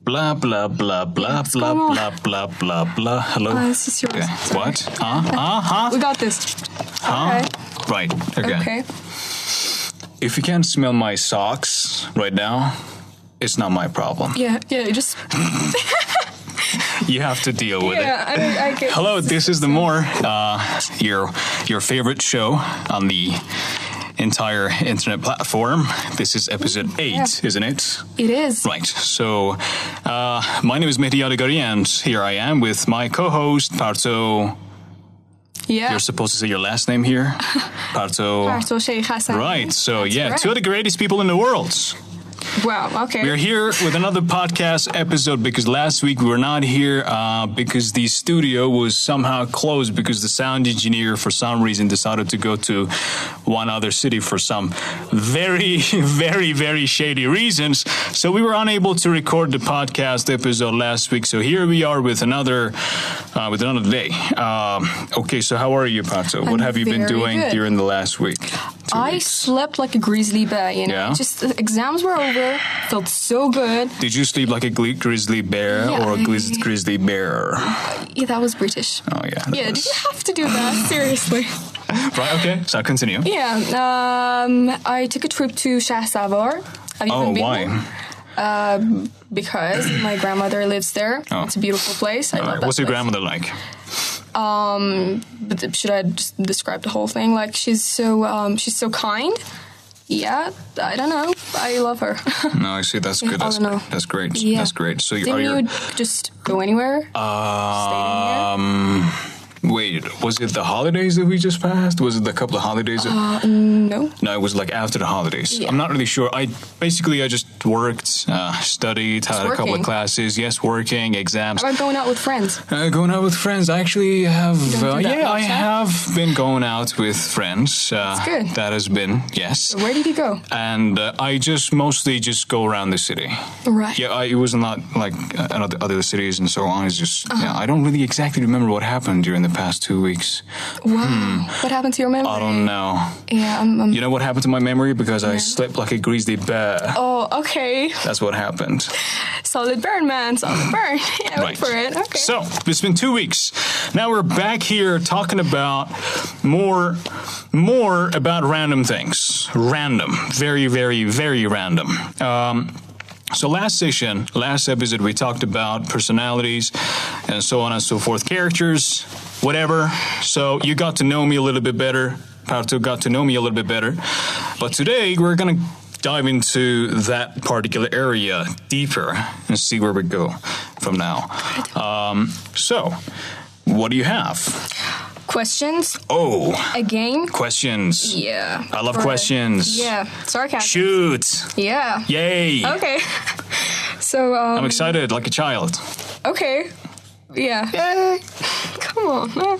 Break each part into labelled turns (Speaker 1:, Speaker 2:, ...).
Speaker 1: Blah blah blah blah
Speaker 2: What's
Speaker 1: blah
Speaker 2: going on?
Speaker 1: blah blah blah blah. Hello.
Speaker 2: Oh, this is yours.
Speaker 1: Okay.
Speaker 2: Sorry.
Speaker 1: What? Huh? Huh? Huh?
Speaker 2: We got this.
Speaker 1: Huh?
Speaker 2: Okay.
Speaker 1: Right. Okay.
Speaker 2: Okay.
Speaker 1: If you can't smell my socks right now, it's not my problem.
Speaker 2: Yeah. Yeah. Just.
Speaker 1: You have to deal with it.
Speaker 2: Yeah. I, I get.
Speaker 1: Hello, this is the more uh, your your favorite show on the entire internet platform. This is episode eight,
Speaker 2: Yeah.
Speaker 1: isn't it?
Speaker 2: It is.
Speaker 1: Right. So, uh, my name is Mehdi Aligari, and here I am with my co-host Parto.
Speaker 2: Yeah.
Speaker 1: You're supposed to say your last name here, Parto.
Speaker 2: Alright, so Sheikh Hassan.
Speaker 1: Right. So, yeah,
Speaker 2: right.
Speaker 1: two of the greatest people in the world.
Speaker 2: Wow. Okay.
Speaker 1: We're here with another podcast episode because last week we were not here uh, because the studio was somehow closed because the sound engineer, for some reason, decided to go to one other city for some very, very, very shady reasons. So we were unable to record the podcast episode last week. So here we are with another, uh, with another day. Um, okay, so how are you, Pato? What
Speaker 2: I'm
Speaker 1: have you been
Speaker 2: very
Speaker 1: doing
Speaker 2: good.
Speaker 1: during the last week? Two
Speaker 2: I
Speaker 1: weeks.
Speaker 2: slept like a grizzly bear. You know.
Speaker 1: Yeah?
Speaker 2: Just the exams were over. Felt so good.
Speaker 1: Did you sleep like a gli- grizzly bear
Speaker 2: Yeah,
Speaker 1: or a gli-
Speaker 2: I-
Speaker 1: grizzly bear? Oh
Speaker 2: Yeah. That was British.
Speaker 1: yeah. that
Speaker 2: yeah. Did
Speaker 1: was-
Speaker 2: you have to do that? Seriously.
Speaker 1: Right. Okay. So continue.
Speaker 2: Yeah. Um. I took a trip to Shahsavar. Have you
Speaker 1: Oh,
Speaker 2: even been
Speaker 1: why?
Speaker 2: there? Um, because my grandmother lives there.
Speaker 1: Oh.
Speaker 2: It's a beautiful place. I
Speaker 1: All
Speaker 2: love
Speaker 1: right.
Speaker 2: that
Speaker 1: What's your
Speaker 2: place.
Speaker 1: grandmother like?
Speaker 2: um but th- should i just describe the whole thing like she's so um she's so kind yeah i don't know i love her
Speaker 1: No, I see. That's good.
Speaker 2: I
Speaker 1: That's
Speaker 2: don't know.
Speaker 1: that's great.
Speaker 2: Yeah.
Speaker 1: That's great. So you are
Speaker 2: didn't you
Speaker 1: you?
Speaker 2: just go anywhere
Speaker 1: Um. Wait. Was it the holidays that we just passed? Was it the couple of holidays? that-
Speaker 2: no
Speaker 1: no, it was like after the holidays.
Speaker 2: Uh, Yeah.
Speaker 1: I'm not really sure. I basically I just worked, uh, studied, had a couple of
Speaker 2: working.
Speaker 1: classes. Yes, working, exams.
Speaker 2: how about going out with friends
Speaker 1: Uh, going out with friends. I actually have.
Speaker 2: don't
Speaker 1: Uh,
Speaker 2: do that
Speaker 1: yeah, I
Speaker 2: much, huh?
Speaker 1: have been going out with friends. Uh,
Speaker 2: That's good.
Speaker 1: That has been yes.
Speaker 2: where did you go
Speaker 1: And uh, I just mostly just go around the city.
Speaker 2: right
Speaker 1: Yeah, I, it was not like uh, other, other cities and so on. It's just
Speaker 2: Uh-huh.
Speaker 1: yeah. I don't really exactly remember what happened during the past two weeks.
Speaker 2: wow what happened to your memory
Speaker 1: Hmm. I don't know.
Speaker 2: yeah i'm, I'm
Speaker 1: You know what happened to my memory because I slept like a grizzly bear.
Speaker 2: oh okay
Speaker 1: That's what happened.
Speaker 2: solid burn man solid burn yeah wait for it okay
Speaker 1: So it's been two weeks. Now we're back here talking about more, more about random things. Random, very, very, very random. Um, so last session, last episode, we talked about personalities and so on and so forth, characters, whatever. So you got to know me a little bit better. Part two got to know me a little bit better. But today we're gonna dive into that particular area deeper and see where we go from now. Um, so, what do you have?
Speaker 2: questions
Speaker 1: Oh,
Speaker 2: again
Speaker 1: questions.
Speaker 2: yeah
Speaker 1: I love
Speaker 2: For-
Speaker 1: questions.
Speaker 2: yeah sarcasm
Speaker 1: Shoot!
Speaker 2: yeah
Speaker 1: Yay!
Speaker 2: okay so um
Speaker 1: I'm excited like a child.
Speaker 2: Okay. Yeah.
Speaker 1: Yay!
Speaker 2: Come on. man.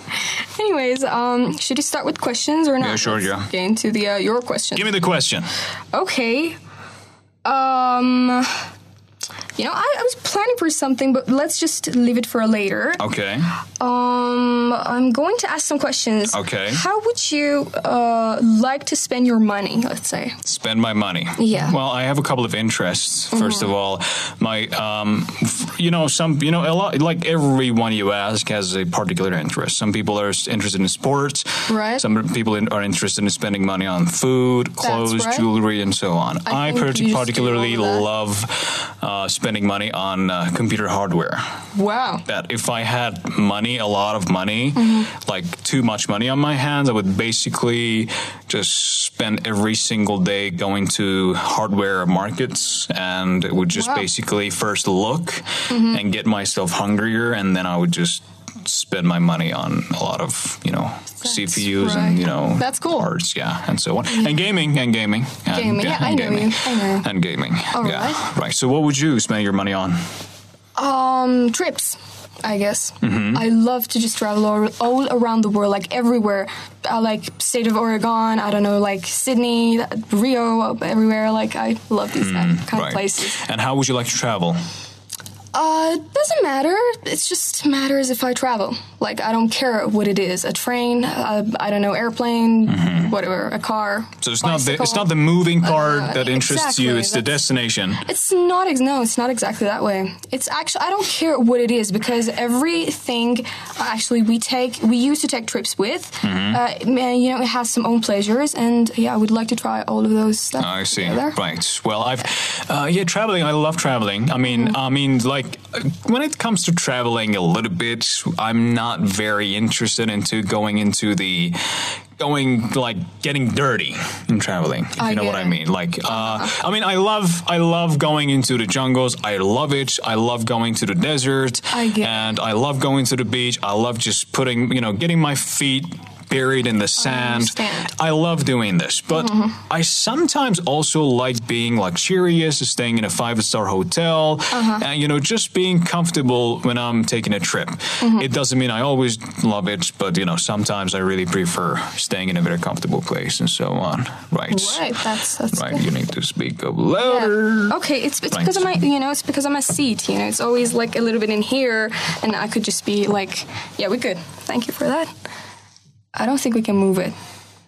Speaker 2: Anyways, um, should we start with questions or not?
Speaker 1: Yeah, sure,
Speaker 2: Let's
Speaker 1: yeah.
Speaker 2: Get into the uh, your question.
Speaker 1: Give me the question.
Speaker 2: Okay. Um, you know, I, I was planning for something, but let's just leave it for later.
Speaker 1: Okay.
Speaker 2: Um, I'm going to ask some questions.
Speaker 1: Okay.
Speaker 2: How would you uh like to spend your money? Let's say.
Speaker 1: Spend my money.
Speaker 2: Yeah. Mm-hmm.
Speaker 1: Well, I have a couple of interests. 1st of all, my um, f- you know some you know a lot like everyone you ask has a particular interest. Some people are s- interested in sports.
Speaker 2: Right.
Speaker 1: Some people in, are interested in spending money on food, clothes,
Speaker 2: right.
Speaker 1: jewelry, and so on. I,
Speaker 2: I think you
Speaker 1: partic-
Speaker 2: just do all
Speaker 1: particularly
Speaker 2: of that.
Speaker 1: love uh, spending money on uh, computer hardware
Speaker 2: Wow.
Speaker 1: that if I had money, a lot of money,
Speaker 2: Mm-hmm.
Speaker 1: like too much money on my hands, I would basically just spend every single day going to hardware markets and it would just
Speaker 2: Wow. Mm-hmm.
Speaker 1: basically first look and get myself hungrier and then I would just spend my money on a lot of, you know, CPUs
Speaker 2: right.
Speaker 1: and you know
Speaker 2: That's cool.
Speaker 1: parts, yeah, and so on. And gaming and gaming. And,
Speaker 2: Gaming, yeah, I
Speaker 1: and
Speaker 2: know you, I know.
Speaker 1: And gaming.
Speaker 2: All
Speaker 1: yeah.
Speaker 2: right.
Speaker 1: Right. So what would you spend your money on?
Speaker 2: um trips i guess
Speaker 1: Mm-hmm.
Speaker 2: i love to just travel all, all around the world like everywhere uh, like state of oregon i don't know like sydney rio everywhere like i love these kind of
Speaker 1: Hmm, right.
Speaker 2: places
Speaker 1: And how would you like to travel?
Speaker 2: Uh, it doesn't matter. It's just matters if I travel. Like I don't care what it is—a train, uh, I don't know, airplane, whatever, a car.
Speaker 1: Mm-hmm. So it's not the it's
Speaker 2: bicycle.
Speaker 1: not the moving part
Speaker 2: Uh,
Speaker 1: that interests you.
Speaker 2: exactly,
Speaker 1: It's the destination.
Speaker 2: It's not ex- no, it's not exactly that way. It's actually I don't care what it is because everything uh, actually we take we used to take trips with.
Speaker 1: Mm-hmm.
Speaker 2: Uh, man, you know it has some own pleasures, and yeah, I would like to try all of those stuff.
Speaker 1: I see.
Speaker 2: together.
Speaker 1: Right. Well, I've uh, yeah, traveling. I love traveling. I mean,
Speaker 2: Mm-hmm.
Speaker 1: I mean, like uh, when it comes to traveling, a little bit, I'm not very interested into going into the going like getting dirty in traveling. If
Speaker 2: I
Speaker 1: you know
Speaker 2: get
Speaker 1: what I
Speaker 2: it. Uh-huh.
Speaker 1: mean. Like, uh, I mean, I love I love going into the jungles. I love it. I love going to the desert.
Speaker 2: I get it.
Speaker 1: and I love going to the beach. I love just putting you know getting my feet. Buried in the sand.
Speaker 2: understand.
Speaker 1: I love doing this, but I sometimes also like being luxurious, staying in a five star hotel,
Speaker 2: Uh-huh.
Speaker 1: and you know, just being comfortable when I'm taking a trip.
Speaker 2: Mm-hmm.
Speaker 1: It doesn't mean I always love it, but you know, sometimes I really prefer staying in a very comfortable place and so on. Right.
Speaker 2: Right. That's that's
Speaker 1: Right.
Speaker 2: good.
Speaker 1: You need to speak up
Speaker 2: Yeah.
Speaker 1: louder.
Speaker 2: Okay, it's it's
Speaker 1: Right.
Speaker 2: because of my you know it's because of my seat. You know, it's always like a little bit in here, and I could just be like, yeah, we good. Thank you for that. I don't think we can move it.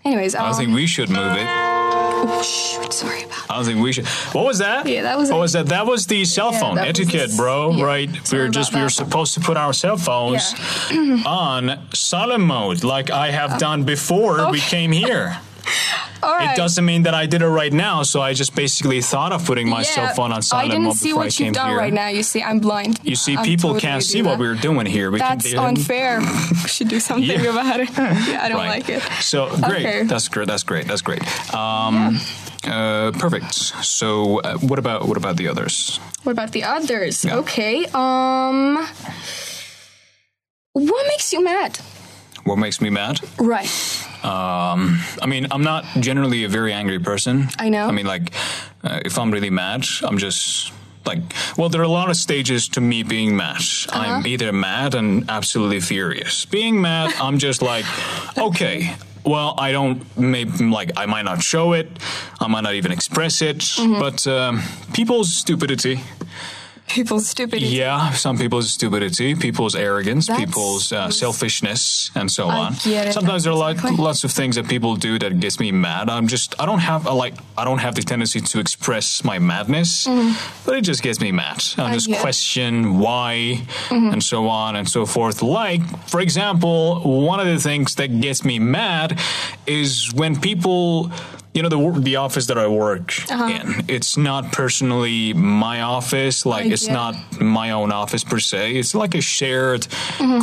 Speaker 2: Anyways,
Speaker 1: I
Speaker 2: um,
Speaker 1: think we should move it. I
Speaker 2: oh, shoot, sorry about.
Speaker 1: don't think we should. What was that?
Speaker 2: Yeah, that was
Speaker 1: What
Speaker 2: it.
Speaker 1: was that? That was the cell
Speaker 2: Yeah,
Speaker 1: phone
Speaker 2: that was
Speaker 1: etiquette,
Speaker 2: the-
Speaker 1: bro.
Speaker 2: yeah.
Speaker 1: Right? We
Speaker 2: Sorry
Speaker 1: were just
Speaker 2: about
Speaker 1: we were
Speaker 2: that.
Speaker 1: supposed to put our cell phones
Speaker 2: Yeah. Um,
Speaker 1: on silent mode like I have done before we
Speaker 2: okay.
Speaker 1: came here.
Speaker 2: All right.
Speaker 1: It doesn't mean that I did it right now, so I just basically thought of putting my cell
Speaker 2: Yeah,
Speaker 1: phone on silent
Speaker 2: I didn't
Speaker 1: mode
Speaker 2: see
Speaker 1: before
Speaker 2: what
Speaker 1: I
Speaker 2: you've
Speaker 1: came
Speaker 2: done
Speaker 1: here.
Speaker 2: right now. You see, I'm blind.
Speaker 1: You see,
Speaker 2: I'm
Speaker 1: people
Speaker 2: totally
Speaker 1: can't
Speaker 2: do
Speaker 1: see what
Speaker 2: that.
Speaker 1: we're doing here. We
Speaker 2: That's
Speaker 1: can
Speaker 2: unfair. we should do something
Speaker 1: Yeah.
Speaker 2: about it. Yeah, I don't
Speaker 1: Right.
Speaker 2: like it.
Speaker 1: So great.
Speaker 2: Okay.
Speaker 1: That's great. That's great. That's great. Um, uh, perfect. So uh, what about what about the others?
Speaker 2: What about the others?
Speaker 1: Yeah.
Speaker 2: Okay. Um, what makes you mad?
Speaker 1: What makes me mad?
Speaker 2: Right.
Speaker 1: Um, I mean, I'm not generally a very angry person.
Speaker 2: I know.
Speaker 1: I mean, like, uh, if I'm really mad, I'm just like, well, there are a lot of stages to me being mad.
Speaker 2: Uh-huh.
Speaker 1: I'm either mad and absolutely furious. Being mad, I'm just like, okay. Well, I don't. Maybe like I might not show it. I might not even express it.
Speaker 2: Mm-hmm.
Speaker 1: But um, people's stupidity.
Speaker 2: People's stupidity.
Speaker 1: Yeah, some people's stupidity, people's arrogance,
Speaker 2: That's-
Speaker 1: people's uh, selfishness, and so on.
Speaker 2: get it.
Speaker 1: Sometimes there are lot,
Speaker 2: Exactly.
Speaker 1: lots of things that people do that gets me mad. I'm just I don't have I like I don't have the tendency to express my madness, but it just gets me mad. I just
Speaker 2: Mm-hmm. get it. Mm-hmm.
Speaker 1: question why and so on and so forth. Like for example, one of the things that gets me mad is when people. You know the wor- the office that I work
Speaker 2: Uh-huh.
Speaker 1: in. It's not personally my office. Like
Speaker 2: I
Speaker 1: it's
Speaker 2: get it.
Speaker 1: not my own office per se. It's like a shared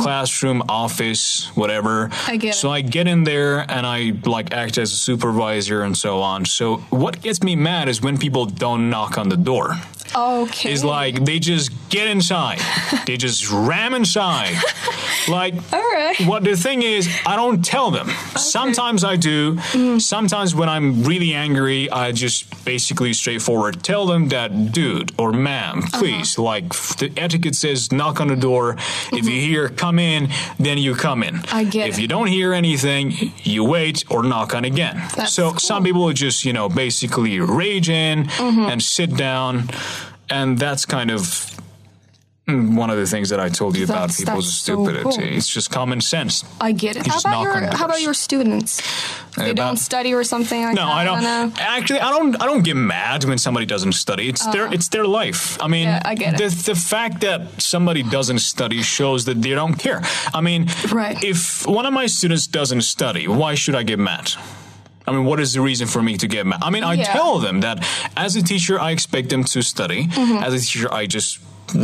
Speaker 1: classroom office, whatever.
Speaker 2: Mm-hmm. I get
Speaker 1: so
Speaker 2: it.
Speaker 1: I get in there and I like act as a supervisor and so on. So what gets me mad is when people don't knock on the door.
Speaker 2: Okay.
Speaker 1: It's like they just get inside. they just ram inside. like
Speaker 2: All right.
Speaker 1: what the thing is, I don't tell them. Sometimes I do.
Speaker 2: Mm.
Speaker 1: Sometimes when I'm really angry, I just basically straightforward tell them that, dude or ma'am,
Speaker 2: Uh-huh.
Speaker 1: please, like f- the etiquette says, knock on the door. If you hear come in, then you come in.
Speaker 2: Mm-hmm. I get
Speaker 1: If
Speaker 2: it.
Speaker 1: you don't hear anything, you wait or knock on again.
Speaker 2: That's
Speaker 1: so
Speaker 2: cool.
Speaker 1: some people just, you know, basically rage in
Speaker 2: Mm-hmm.
Speaker 1: and sit down. And that's kind of mm, one of the things that I told you
Speaker 2: That's-
Speaker 1: about people's
Speaker 2: that's so cool.
Speaker 1: stupidity. It's just common sense.
Speaker 2: I get it.
Speaker 1: You
Speaker 2: How
Speaker 1: just knock
Speaker 2: about
Speaker 1: on
Speaker 2: your
Speaker 1: the
Speaker 2: How about
Speaker 1: doors.
Speaker 2: your students? They
Speaker 1: Uh, about-
Speaker 2: don't study or something like
Speaker 1: No,
Speaker 2: that.
Speaker 1: I don't.
Speaker 2: know.
Speaker 1: Actually, I don't. I don't get mad when somebody doesn't study. It's their. It's their life. I mean,
Speaker 2: Oh. Yeah, I get it.
Speaker 1: the the fact that somebody doesn't study shows that they don't care. I mean,
Speaker 2: Right.
Speaker 1: if one of my students doesn't study, why should I get mad? I mean, what is the reason for me to get mad? I mean, I
Speaker 2: Yeah.
Speaker 1: tell them that as a teacher, I expect them to study. As a teacher, I just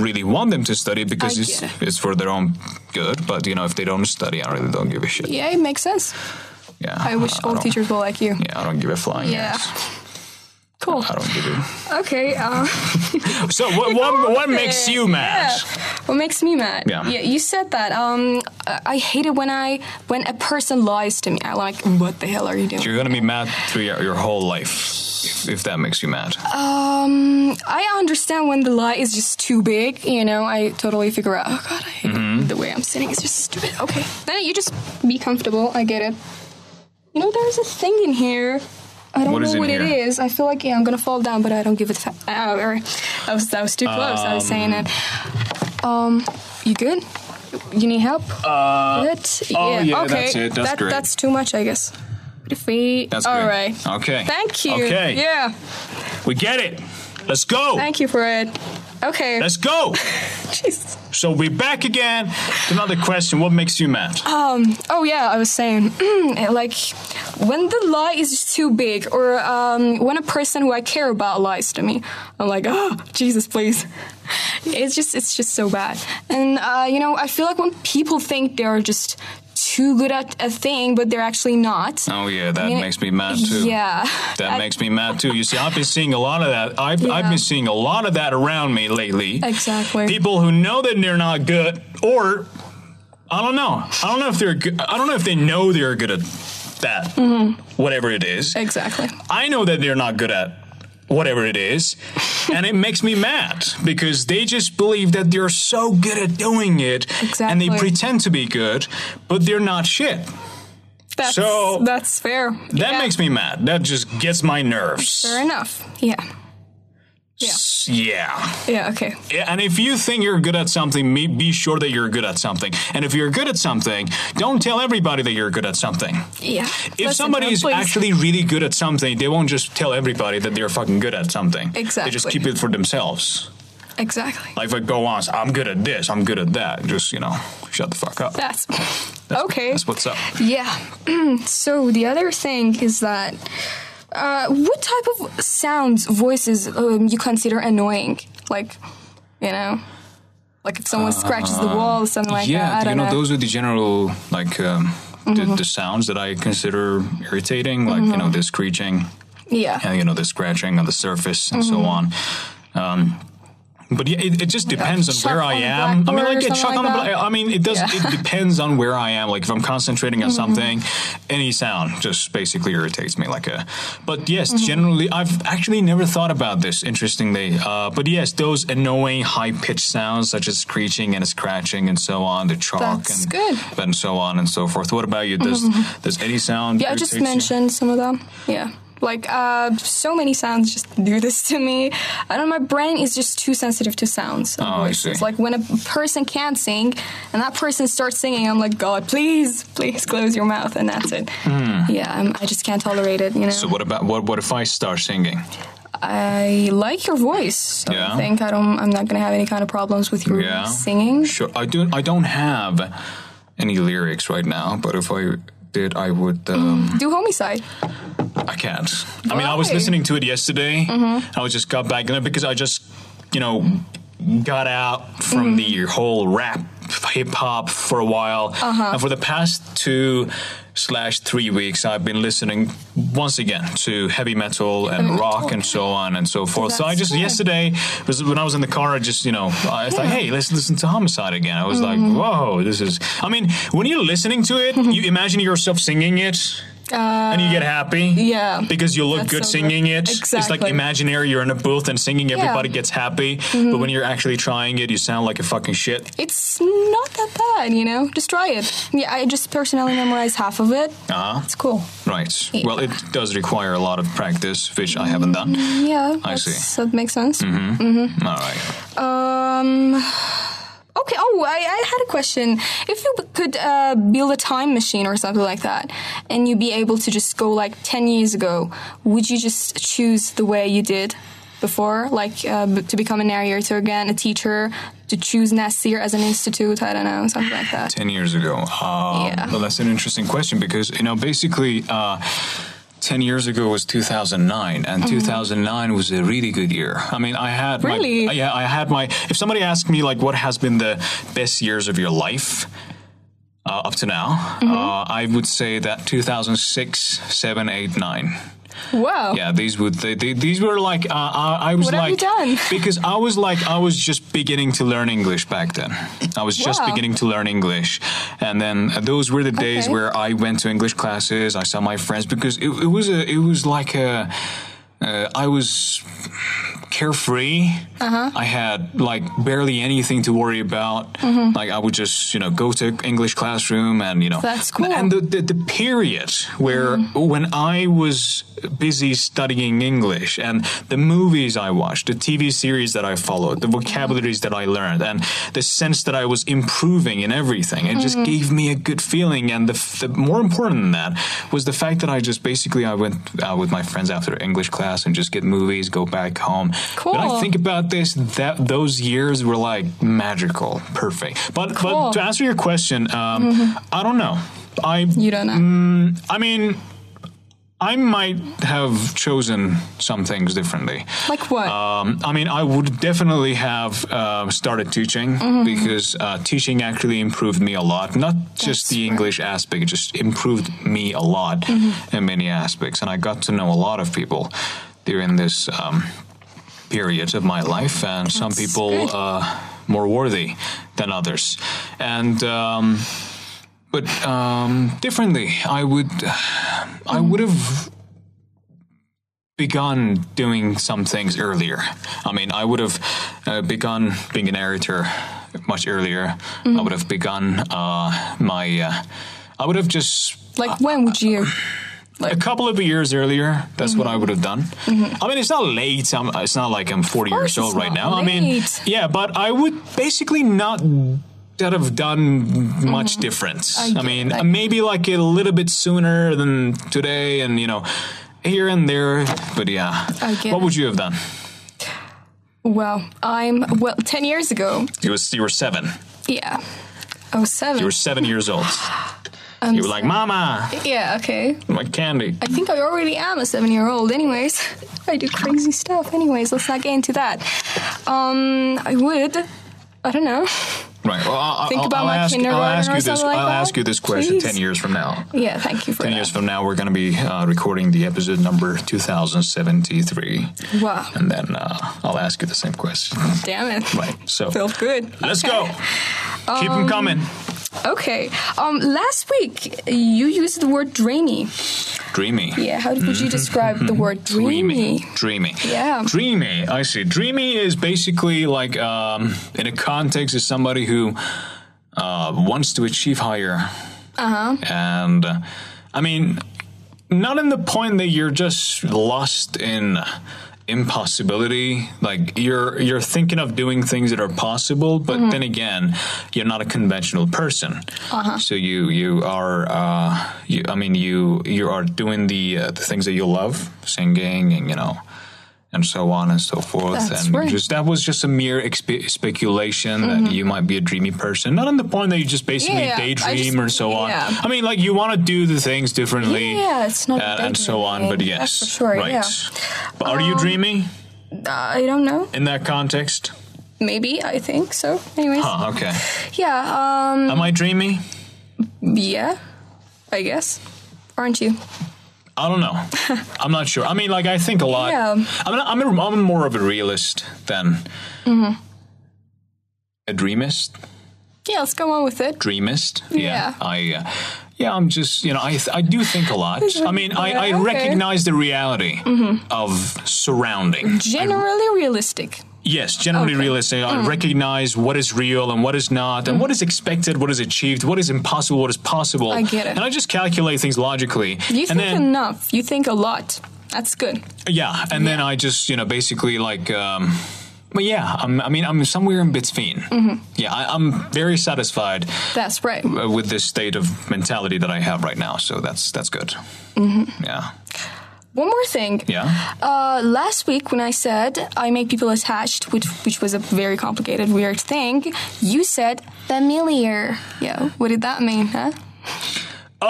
Speaker 1: really want them to study because
Speaker 2: Mm-hmm. I
Speaker 1: it's,
Speaker 2: get
Speaker 1: it's for their own good. But, you know, if they don't study, I really don't give a shit. Uh, Yeah.
Speaker 2: Yeah, it makes sense. I wish all
Speaker 1: don't-
Speaker 2: teachers were like you.
Speaker 1: Yeah, I don't give a flying
Speaker 2: Yeah.
Speaker 1: ass.
Speaker 2: Cool.
Speaker 1: I don't give a.
Speaker 2: Okay. Um,
Speaker 1: So what what, what makes you mad?
Speaker 2: Yeah. What makes me mad?
Speaker 1: Yeah.
Speaker 2: You said that. Um, I I hate it when I when a person lies to me. I like, what the hell are you doing?
Speaker 1: You're gonna be mad through your, your whole life, if, if that makes you mad.
Speaker 2: Um, I understand when the lie is just too big. You know, I totally figure out. Oh God, I hate
Speaker 1: Mm-hmm.
Speaker 2: the way I'm sitting. It's just stupid. Okay, then you just be comfortable. I get it. You know, there's a thing in here. I don't
Speaker 1: What
Speaker 2: know
Speaker 1: is in
Speaker 2: what it
Speaker 1: here?
Speaker 2: is. I feel uh, like yeah, I'm gonna fall down, but I don't give it. Fa- oh, that was that was too close. I was saying it. Um, you good? You need help?
Speaker 1: Uh,
Speaker 2: Good?
Speaker 1: oh, yeah,
Speaker 2: okay.
Speaker 1: that's it. That's
Speaker 2: that,
Speaker 1: great.
Speaker 2: That's too much, I guess. If we,
Speaker 1: That's
Speaker 2: all
Speaker 1: great.
Speaker 2: right.
Speaker 1: Okay.
Speaker 2: Thank you.
Speaker 1: Okay.
Speaker 2: Yeah.
Speaker 1: we get it. Let's go.
Speaker 2: Thank you for it. Okay.
Speaker 1: Let's go.
Speaker 2: Jeez.
Speaker 1: So we're back again. Another question. What makes you mad?
Speaker 2: Um. Oh yeah, I was saying, like, when the lie is just too big, or um, when a person who I care about lies to me, I'm like, oh Jesus, please. It's just, it's just so bad. And uh, you know, I feel like when people think they're just too good at a thing, but they're actually not.
Speaker 1: Oh yeah, that
Speaker 2: mean,
Speaker 1: makes me mad too.
Speaker 2: Yeah.
Speaker 1: That
Speaker 2: I-
Speaker 1: makes me mad too. You see, I've been seeing a lot of that. I've, I've
Speaker 2: Yeah.
Speaker 1: been seeing a lot of that around me lately.
Speaker 2: Exactly.
Speaker 1: People who know that they're not good, or I don't know. I don't know if they're. Good, I don't know if they know they're good at that.
Speaker 2: Mm-hmm.
Speaker 1: Whatever it is,
Speaker 2: Exactly.
Speaker 1: I know that they're not good at whatever it is, and it makes me mad because they just believe that they're so good at doing it, and they
Speaker 2: Exactly.
Speaker 1: pretend to be good, but they're not shit.
Speaker 2: That's,
Speaker 1: So-
Speaker 2: that's fair.
Speaker 1: That makes me mad. That just gets my nerves.
Speaker 2: fair enough. Yeah. Yeah.
Speaker 1: Yeah.
Speaker 2: Yeah. Okay.
Speaker 1: Yeah, And if you think you're good at something, me- be sure that you're good at something. And if you're good at something, don't tell everybody that you're good at something.
Speaker 2: Yeah.
Speaker 1: If somebody is actually really good at something, they won't just tell everybody that they're fucking good at something. They just
Speaker 2: Exactly.
Speaker 1: keep it for themselves.
Speaker 2: exactly.
Speaker 1: Like if I go on, I'm good at this, I'm good at that. Just, you know, shut the fuck up.
Speaker 2: That's, okay.
Speaker 1: That's what's up.
Speaker 2: Yeah. so the other thing is that uh, what type of sounds, voices um, you consider annoying? Like, you know, like if someone scratches the wall or something like
Speaker 1: Uh, yeah,
Speaker 2: that. I
Speaker 1: you
Speaker 2: don't
Speaker 1: know, those are the general like um, the,
Speaker 2: Mm-hmm.
Speaker 1: the sounds that I consider irritating, like you know the screeching,
Speaker 2: yeah.
Speaker 1: and uh, you know the scratching on the surface and so on.
Speaker 2: Mm-hmm.
Speaker 1: Um, but yeah, it, it just depends on
Speaker 2: chuck
Speaker 1: where I
Speaker 2: on the
Speaker 1: am. I mean,
Speaker 2: blackboard or
Speaker 1: like yeah,
Speaker 2: something
Speaker 1: chuck
Speaker 2: like
Speaker 1: on the.
Speaker 2: that.
Speaker 1: bla- I mean, it does.
Speaker 2: Yeah. Mm-hmm.
Speaker 1: It depends on where I am. Like if I'm concentrating on something, any sound just basically irritates me. Like a. But yes,
Speaker 2: Mm-hmm.
Speaker 1: generally, I've actually never thought about this. Interestingly, uh, but yes, those annoying high pitched sounds such as screeching and scratching and so on, the chalk
Speaker 2: That's
Speaker 1: and
Speaker 2: good. Mm-hmm.
Speaker 1: and so on and so forth. What about you? Does does any sound?
Speaker 2: Yeah, I just
Speaker 1: irritate you?
Speaker 2: mentioned some of them. Yeah. Like, uh, so many sounds just do this to me. I don't know, my brain is just too sensitive to sounds. and
Speaker 1: Oh, I
Speaker 2: voices.
Speaker 1: see.
Speaker 2: Like, when a person can't sing and that person starts singing, I'm like, God, please, please close your mouth, and that's it. Yeah, I'm, I just can't tolerate it, you know?
Speaker 1: Hmm. So what about what? What if I start singing?
Speaker 2: I like your voice. So
Speaker 1: Yeah.
Speaker 2: I think I don't, I'm not going to have any kind of problems with your
Speaker 1: Yeah.
Speaker 2: singing.
Speaker 1: Sure. I do. I don't have any lyrics right now, but if I did, I would. Um,
Speaker 2: Do homicide.
Speaker 1: I can't. I mean, I was
Speaker 2: Why? Mm-hmm.
Speaker 1: listening to it yesterday. I was just got back in it because I just, you know, got out from the
Speaker 2: Mm-hmm.
Speaker 1: whole rap hip hop for a while,
Speaker 2: Uh-huh.
Speaker 1: and for the past two slash three weeks, I've been listening once again to heavy metal and
Speaker 2: Heavy
Speaker 1: rock
Speaker 2: metal.
Speaker 1: and so on and so forth. so I
Speaker 2: that's
Speaker 1: just
Speaker 2: good.
Speaker 1: yesterday was when I was in the car. I just you know I thought,
Speaker 2: Yeah. Mm-hmm.
Speaker 1: hey, let's listen to Homicide again. I was like, whoa, this is. I mean, when you're listening to it, you imagine yourself singing it. and you get happy,
Speaker 2: Um, yeah.
Speaker 1: because you look
Speaker 2: That's
Speaker 1: good
Speaker 2: so
Speaker 1: singing
Speaker 2: good.
Speaker 1: it. It's like
Speaker 2: Exactly.
Speaker 1: imaginary. You're in a booth and singing. Everybody gets happy,
Speaker 2: Mm-hmm.
Speaker 1: but when you're actually trying it, you sound like a fucking shit.
Speaker 2: It's not that bad, you know? Just try it. Yeah, I just personally memorized half of it.
Speaker 1: Uh-huh.
Speaker 2: It's cool.
Speaker 1: Right.
Speaker 2: Yeah.
Speaker 1: Well, it does require a lot of practice, which I haven't done.
Speaker 2: Yeah,
Speaker 1: I
Speaker 2: that's-
Speaker 1: see. Mm-hmm.
Speaker 2: That makes sense.
Speaker 1: All right.
Speaker 2: Um, okay. Oh, I, I had a question. If you could uh, build a time machine or something like that, and you'd be able to just go like ten years ago, would you just choose the way you did before, like uh, b- to become a narrator again, a teacher, to choose Nasir as an institute? I don't know, something like that.
Speaker 1: 10 years ago? Um,
Speaker 2: Yeah.
Speaker 1: Well, that's an interesting question because, you know, basically, uh, 10 years ago was 2009 and
Speaker 2: Mm-hmm.
Speaker 1: 2009 was a really good year. I mean, I had
Speaker 2: Really?
Speaker 1: my, yeah, I had my, if somebody asked me like what has been the best years of your life, uh, up to now,
Speaker 2: Mm-hmm.
Speaker 1: uh, I would say that 2006, 7, 8, 9.
Speaker 2: Wow.
Speaker 1: Yeah, these would they, they, these were like uh, I, I was
Speaker 2: What have you
Speaker 1: like
Speaker 2: done?
Speaker 1: because I was like I was just beginning to learn English back then. I was just
Speaker 2: Wow.
Speaker 1: beginning to learn English, and then uh, those were the days
Speaker 2: Okay.
Speaker 1: where I went to English classes. I saw my friends because it, it was a it was like a uh, I was carefree.
Speaker 2: Uh-huh.
Speaker 1: I had like barely anything to worry about.
Speaker 2: Mm-hmm.
Speaker 1: Like I would just you know go to English classroom and you know
Speaker 2: That's cool.
Speaker 1: And the the, the period where
Speaker 2: Mm-hmm.
Speaker 1: when I was busy studying English and the movies I watched, the TV series that I followed, the
Speaker 2: Mm-hmm.
Speaker 1: vocabularies that I learned, and the sense that I was improving in everything, it just
Speaker 2: Mm-hmm.
Speaker 1: gave me a good feeling. And the, f- the more important than that was the fact that I just basically I went out with my friends after English class and just get movies, go back home. When I
Speaker 2: Cool.
Speaker 1: think about this, that those years were like magical, perfect. But but
Speaker 2: Cool.
Speaker 1: to answer your question, um, I don't know. I
Speaker 2: Mm-hmm. You don't know.
Speaker 1: I mean, I might have chosen some things differently.
Speaker 2: like what?
Speaker 1: Um, I mean, I would definitely have uh, started teaching
Speaker 2: Mm-hmm.
Speaker 1: because uh, teaching actually improved me a lot. Not just the English aspect, it just improved me a lot
Speaker 2: Mm-hmm.
Speaker 1: in many aspects. And I got to know a lot of people during this um, period of my life, and some
Speaker 2: That's
Speaker 1: people
Speaker 2: good.
Speaker 1: uh, more worthy than others. And um, but um, differently, I would, I would have begun doing some things earlier. I mean, I would have uh, begun being an editor much earlier. I would have begun uh, my. Uh, I would have just
Speaker 2: like when would you?
Speaker 1: a couple of years earlier. That's what I
Speaker 2: Mm-hmm.
Speaker 1: would have done. I mean, it's not late. I'm, it's not like I'm 40
Speaker 2: course
Speaker 1: years old
Speaker 2: it's
Speaker 1: right now.
Speaker 2: not
Speaker 1: I mean,
Speaker 2: late.
Speaker 1: yeah, but I would basically not that have done much difference. I,
Speaker 2: get
Speaker 1: mean,
Speaker 2: it, Mm-hmm. I-
Speaker 1: maybe like a little bit sooner than today, and you know, here and there. But yeah,
Speaker 2: I get
Speaker 1: what
Speaker 2: it.
Speaker 1: would you have done?
Speaker 2: Well, I'm well ten years ago.
Speaker 1: You was you were seven.
Speaker 2: Yeah. Oh seven.
Speaker 1: You were seven years old. You were like, "Mama,
Speaker 2: yeah. Okay.
Speaker 1: I want candy."
Speaker 2: I think I already am a seven year old, anyways. I do crazy stuff, anyways. Let's not get into that. Um, I would. I don't know.
Speaker 1: Right. Well, I'll,
Speaker 2: Think
Speaker 1: I'll,
Speaker 2: about
Speaker 1: I'll
Speaker 2: my
Speaker 1: ask, I'll
Speaker 2: kindergarten
Speaker 1: ask you
Speaker 2: or
Speaker 1: this.
Speaker 2: something like
Speaker 1: I'll
Speaker 2: that.
Speaker 1: ask you this question
Speaker 2: Please.
Speaker 1: ten years from now.
Speaker 2: Yeah, thank you for
Speaker 1: 10
Speaker 2: that.
Speaker 1: years from now, we're going to be uh, recording the episode number 2073.
Speaker 2: Wow,
Speaker 1: And then uh, I'll ask you the same question.
Speaker 2: damn it.
Speaker 1: Right. So
Speaker 2: Felt good.
Speaker 1: let's
Speaker 2: Okay.
Speaker 1: go. Keep
Speaker 2: Um,
Speaker 1: them coming.
Speaker 2: Okay. Um, last week you used the word dreamy.
Speaker 1: Dreamy.
Speaker 2: Yeah. How would you describe the word dreamy?
Speaker 1: Mm-hmm. Dreamy.
Speaker 2: Yeah.
Speaker 1: Dreamy. I see. Dreamy is basically like, um, in a context, is somebody who uh, wants to achieve higher. Uh-huh. And, uh, I mean, not in the point that you're just lost in impossibility like you're you're thinking of doing things that are possible but
Speaker 2: Mm-hmm.
Speaker 1: then again you're not a conventional person
Speaker 2: Uh-huh.
Speaker 1: so you you are uh you, i mean you you are doing the uh, the things that you love singing and you know and so on and so forth
Speaker 2: That's
Speaker 1: and
Speaker 2: right. Mm-hmm.
Speaker 1: just that was just a mere expe- speculation that you might be a dreamy person not on the point that you just basically
Speaker 2: Yeah, I just-
Speaker 1: daydream or so on
Speaker 2: yeah.
Speaker 1: i mean like you want to do the things differently
Speaker 2: Yeah, it's not a
Speaker 1: uh, and, and so on. But
Speaker 2: daydream.
Speaker 1: yes,
Speaker 2: That's for sure,
Speaker 1: right.
Speaker 2: yeah.
Speaker 1: But are you dreamy
Speaker 2: Uh, I don't know.
Speaker 1: in that context?
Speaker 2: Maybe I think so. Anyways.
Speaker 1: Huh, okay.
Speaker 2: Yeah. Um.
Speaker 1: Am I dreamy?
Speaker 2: Yeah. I guess. Aren't you?
Speaker 1: I don't know. I'm not sure. I mean, like I think a lot.
Speaker 2: Yeah.
Speaker 1: I'm, not, I'm, a, I'm more of a realist than Mm-hmm. a dreamist.
Speaker 2: Yeah. Let's go on with it.
Speaker 1: dreamist.
Speaker 2: Yeah.
Speaker 1: I, uh, yeah, I'm just, you know, I, I do think a lot. I mean, I, I
Speaker 2: Yeah, okay.
Speaker 1: recognize the reality of surrounding.
Speaker 2: Generally realistic.
Speaker 1: Yes, generally
Speaker 2: Okay. Mm.
Speaker 1: realistic. I recognize what is real and what is not, and what is expected, what is achieved, what is impossible, what is possible.
Speaker 2: I get it.
Speaker 1: And I just calculate things logically.
Speaker 2: You
Speaker 1: and
Speaker 2: think
Speaker 1: then,
Speaker 2: enough. You think a lot. That's good.
Speaker 1: yeah, and then I just, you know, basically like. Um, but yeah, I'm, I mean, I'm somewhere in between.
Speaker 2: Mm-hmm.
Speaker 1: Yeah, I, I'm very satisfied
Speaker 2: That's right.
Speaker 1: uh, with this state of mentality that I have right now. So that's that's good.
Speaker 2: Mm-hmm.
Speaker 1: Yeah,
Speaker 2: One more thing.
Speaker 1: yeah.
Speaker 2: Uh, last week when I said I make people attached, which which was a very complicated, weird thing, you said familiar. Yeah. What did that mean, huh?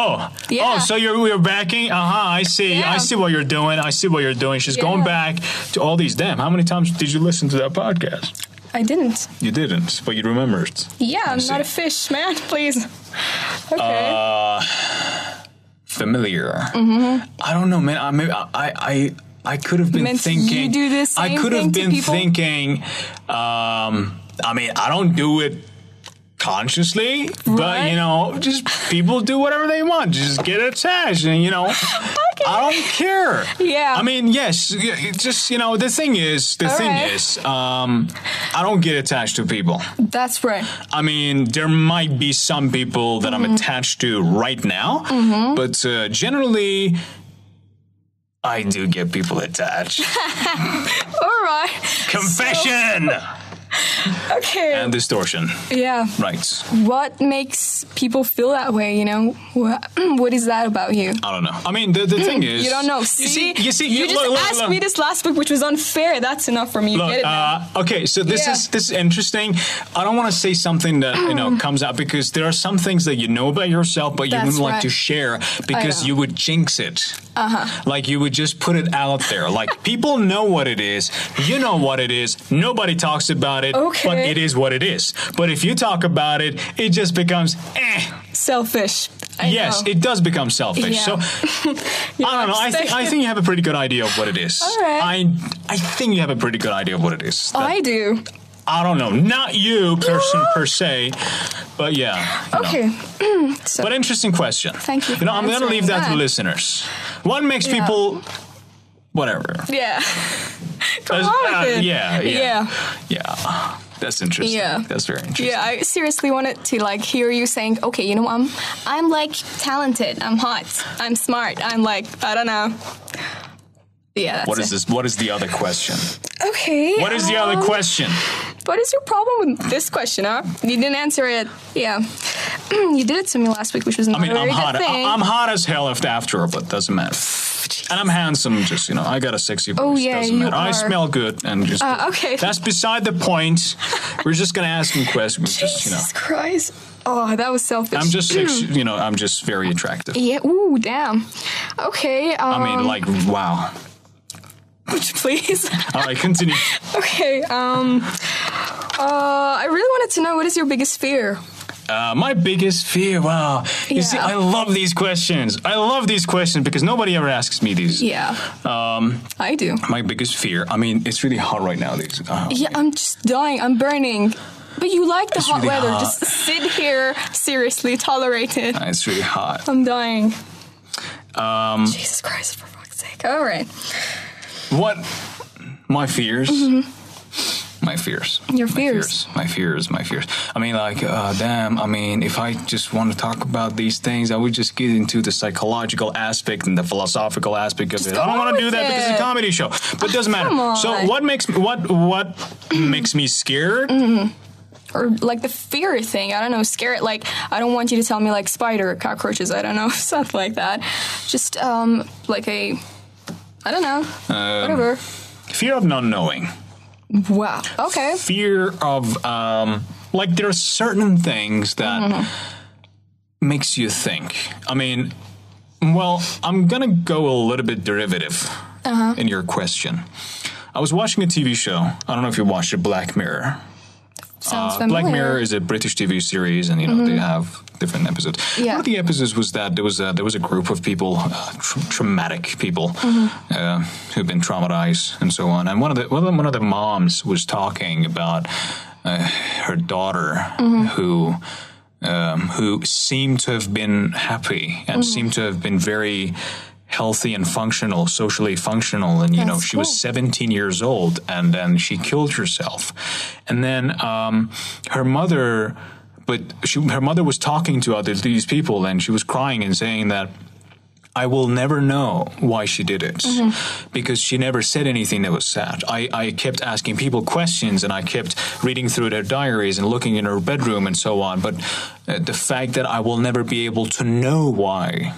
Speaker 1: Oh,
Speaker 2: Yeah.
Speaker 1: oh. So you're you're backing. Uh huh. I see.
Speaker 2: Yeah.
Speaker 1: I see what you're doing. I see what you're doing. She's going
Speaker 2: Yeah.
Speaker 1: back to all these. Damn. How many times did you listen to that podcast?
Speaker 2: I didn't.
Speaker 1: You didn't, but you remembered.
Speaker 2: Yeah, I'm
Speaker 1: see. Uh,
Speaker 2: not a fish, man. Please. Okay.
Speaker 1: Familiar. I don't know, man. I maybe, I I I could have been
Speaker 2: Meant Mm-hmm. you
Speaker 1: thinking.
Speaker 2: do the
Speaker 1: I
Speaker 2: same
Speaker 1: could have
Speaker 2: thing to
Speaker 1: been
Speaker 2: people?
Speaker 1: thinking. Um, I mean, I don't do it consciously, but
Speaker 2: Right.
Speaker 1: you know, just people do whatever they want. Just get attached, and you know, I don't care.
Speaker 2: Yeah.
Speaker 1: I mean, yes, y- it's just you know, the thing is, the
Speaker 2: All
Speaker 1: thing
Speaker 2: right.
Speaker 1: is, um, I don't get attached to people.
Speaker 2: That's right.
Speaker 1: I mean, there might be some people that
Speaker 2: Mm-hmm.
Speaker 1: I'm attached to right now, but uh, generally, I do get people attached.
Speaker 2: All right.
Speaker 1: Confession
Speaker 2: Okay.
Speaker 1: and distortion.
Speaker 2: yeah.
Speaker 1: Right.
Speaker 2: What makes people feel that way? You know, what, what is that about you?
Speaker 1: I don't know. I mean, the, the thing is,
Speaker 2: Mm, You don't know.
Speaker 1: You
Speaker 2: See,
Speaker 1: see, you, see,
Speaker 2: you just
Speaker 1: look, look,
Speaker 2: asked
Speaker 1: look.
Speaker 2: me this last week, which was unfair. That's enough for me. You
Speaker 1: Look,
Speaker 2: get it now.
Speaker 1: uh, okay, so this
Speaker 2: Yeah.
Speaker 1: is this is interesting. I don't want to say something that you know comes out because there are some things that you know about yourself, but you
Speaker 2: That's
Speaker 1: wouldn't like
Speaker 2: right.
Speaker 1: to share because
Speaker 2: know.
Speaker 1: you would jinx it. Uh-huh. Like you would just put it out there. Like people know what it is, you know what it is. Nobody talks about it, but
Speaker 2: Okay.
Speaker 1: it is what it is. But if you talk about it, it just becomes eh.
Speaker 2: Selfish. I
Speaker 1: Yes,
Speaker 2: know.
Speaker 1: it does become selfish.
Speaker 2: Yeah.
Speaker 1: So I don't know. I, th- I think you have a pretty good idea of what it is.
Speaker 2: All right.
Speaker 1: I I think you have a pretty good idea of what it is. That-
Speaker 2: I do.
Speaker 1: I don't know.
Speaker 2: Mm-hmm.
Speaker 1: Not you, person
Speaker 2: Yeah.
Speaker 1: per se, but yeah. you know.
Speaker 2: Mm-hmm. Okay.
Speaker 1: But interesting question.
Speaker 2: Thank you
Speaker 1: You know,
Speaker 2: for
Speaker 1: I'm going to leave that
Speaker 2: answering
Speaker 1: to
Speaker 2: that.
Speaker 1: listeners. What makes
Speaker 2: Yeah.
Speaker 1: people. Whatever.
Speaker 2: Yeah. Come
Speaker 1: That's-
Speaker 2: on with
Speaker 1: uh,
Speaker 2: it.
Speaker 1: yeah, yeah.
Speaker 2: Yeah.
Speaker 1: Yeah. That's interesting.
Speaker 2: Yeah.
Speaker 1: That's very interesting.
Speaker 2: Yeah, I seriously wanted to like hear you saying, "Okay, you know, I'm I'm like talented, I'm hot, I'm smart, I'm like I don't know." Yeah. That's
Speaker 1: What is
Speaker 2: it.
Speaker 1: this? What is the other question?
Speaker 2: Okay.
Speaker 1: What is the other
Speaker 2: um,
Speaker 1: question?
Speaker 2: What is your problem with this question, huh? You didn't answer it. Yeah. you did it to me last week, which was not
Speaker 1: I mean,
Speaker 2: a very
Speaker 1: I'm hot.
Speaker 2: good
Speaker 1: I,
Speaker 2: thing.
Speaker 1: am hot as hell if- after, but doesn't matter. And I'm handsome, just you know. I got a sexy voice.
Speaker 2: Oh, yeah,
Speaker 1: doesn't
Speaker 2: you
Speaker 1: matter. I
Speaker 2: are.
Speaker 1: smell good, and just
Speaker 2: Uh, okay.
Speaker 1: That's beside the point. We're just gonna ask him questions. Just you know,
Speaker 2: Jesus Christ. Oh, that was selfish.
Speaker 1: I'm just sex- you know, I'm just very attractive.
Speaker 2: Yeah. Ooh, damn. Okay. Um,
Speaker 1: I mean, like wow.
Speaker 2: please.
Speaker 1: All right, continue.
Speaker 2: okay. Um. Uh, I really wanted to know what is your biggest fear.
Speaker 1: Uh, my biggest fear. Wow. You see,
Speaker 2: Yeah.
Speaker 1: I love these questions. I love these questions because nobody ever asks me these.
Speaker 2: Yeah. Um. I do.
Speaker 1: My biggest fear. I mean, it's really hot right now. These. Uh,
Speaker 2: Yeah, I'm just dying. I'm burning. But you like the hot
Speaker 1: really
Speaker 2: weather.
Speaker 1: hot.
Speaker 2: Just sit here. Seriously, tolerate it.
Speaker 1: It's really hot.
Speaker 2: I'm dying. Um. Jesus Christ, for fuck's sake. All right.
Speaker 1: What? My fears. My fears.
Speaker 2: Mm-hmm. Your
Speaker 1: My
Speaker 2: fears.
Speaker 1: My fears. My fears. I mean, like, uh, damn. I mean, if I just want to talk about these things, I would just get into the psychological aspect and the philosophical aspect of it.
Speaker 2: go
Speaker 1: I don't
Speaker 2: on
Speaker 1: want to do
Speaker 2: with
Speaker 1: that because it's
Speaker 2: it.
Speaker 1: a comedy show. But it doesn't matter.
Speaker 2: come
Speaker 1: So
Speaker 2: on.
Speaker 1: what makes what what makes me scared?
Speaker 2: Mm-hmm. Or like the fear thing. I don't know. Scare it. Like I don't want you to tell me like spider cockroaches. I don't know stuff like that. Just um like a. I don't know.
Speaker 1: Um,
Speaker 2: Whatever.
Speaker 1: Fear of not knowing.
Speaker 2: Wow. Okay.
Speaker 1: Fear of um, like there are certain things that makes you think. I mean, well, I'm gonna go a little bit derivative in your question. I was watching a TV show. I don't know if you watched it, Black Mirror.
Speaker 2: Sounds
Speaker 1: Uh,
Speaker 2: familiar. Mm-hmm.
Speaker 1: Black Mirror is a British TV series, and you know they have different episodes.
Speaker 2: Yeah.
Speaker 1: One of the episodes was that there was a, there was a group of people, uh, tr traumatic people,
Speaker 2: Mm-hmm.
Speaker 1: uh, who've been traumatized and so on. And one of the one of the, one of the moms was talking about uh, her daughter
Speaker 2: Mm-hmm.
Speaker 1: who. Um, who seemed to have been happy and
Speaker 2: Mm-hmm.
Speaker 1: seemed to have been very healthy and functional, socially functional, and you know
Speaker 2: That's
Speaker 1: she
Speaker 2: cool.
Speaker 1: was 17 years old and then she killed herself and then um, her mother but she, her mother was talking to other these people and she was crying and saying that I will never know why she did it
Speaker 2: Mm-hmm.
Speaker 1: because she never said anything that was sad. I, I kept asking people questions and I kept reading through their diaries and looking in her bedroom and so on. But uh, the fact that I will never be able to know why.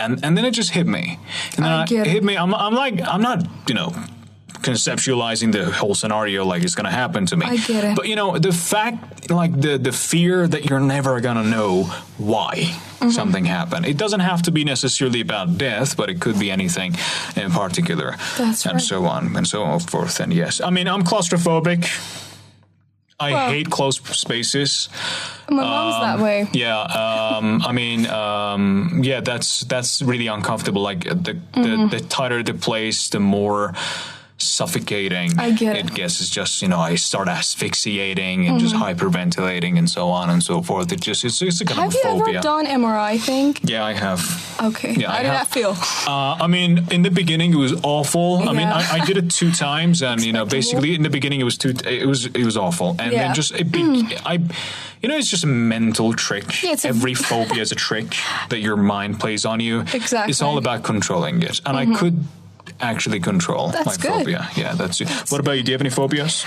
Speaker 1: And, and then it just hit me. And then
Speaker 2: Mm-hmm. I
Speaker 1: I
Speaker 2: get it.
Speaker 1: hit me. I'm, I'm like, I'm not, you know, conceptualizing the whole scenario like it's going to happen to me.
Speaker 2: I get it.
Speaker 1: But, you know, the fact, like the, the fear that you're never going to know why
Speaker 2: Mm-hmm.
Speaker 1: something happened. It doesn't have to be necessarily about death, but it could be anything in particular.
Speaker 2: That's
Speaker 1: and
Speaker 2: right.
Speaker 1: so on and so forth. And yes, I mean, I'm claustrophobic. I
Speaker 2: Well-
Speaker 1: hate closed spaces.
Speaker 2: My mom's that way.
Speaker 1: Yeah, um, I mean, um, yeah,
Speaker 2: Mm-hmm.
Speaker 1: that's that's really uncomfortable. Like uh, the, the the tighter the place, the more suffocating.
Speaker 2: I get it.
Speaker 1: It gets it's just you know I start asphyxiating and just hyperventilating and so on and so forth. It just it's, it's a kind
Speaker 2: Mm-hmm. Have
Speaker 1: of
Speaker 2: you
Speaker 1: phobia.
Speaker 2: ever done MRI thing?
Speaker 1: yeah, I have.
Speaker 2: Okay.
Speaker 1: Yeah,
Speaker 2: How
Speaker 1: I
Speaker 2: did
Speaker 1: have-
Speaker 2: that feel?
Speaker 1: Uh, I mean, in the beginning, it was awful. I mean,
Speaker 2: Yeah.
Speaker 1: I, I did it two times, and you know,
Speaker 2: Expectable.
Speaker 1: basically, in the beginning, it was too. It was it was awful, and
Speaker 2: Yeah.
Speaker 1: then just it. Be, I, you know, it's just a mental trick.
Speaker 2: Yeah, it's a-
Speaker 1: Every phobia is a trick that your mind plays on you. It's all
Speaker 2: Exactly. Mm-hmm.
Speaker 1: about controlling it, and I could actually control
Speaker 2: That's
Speaker 1: my
Speaker 2: good.
Speaker 1: phobia. Yeah, that's it. What about you? Do you have any phobias?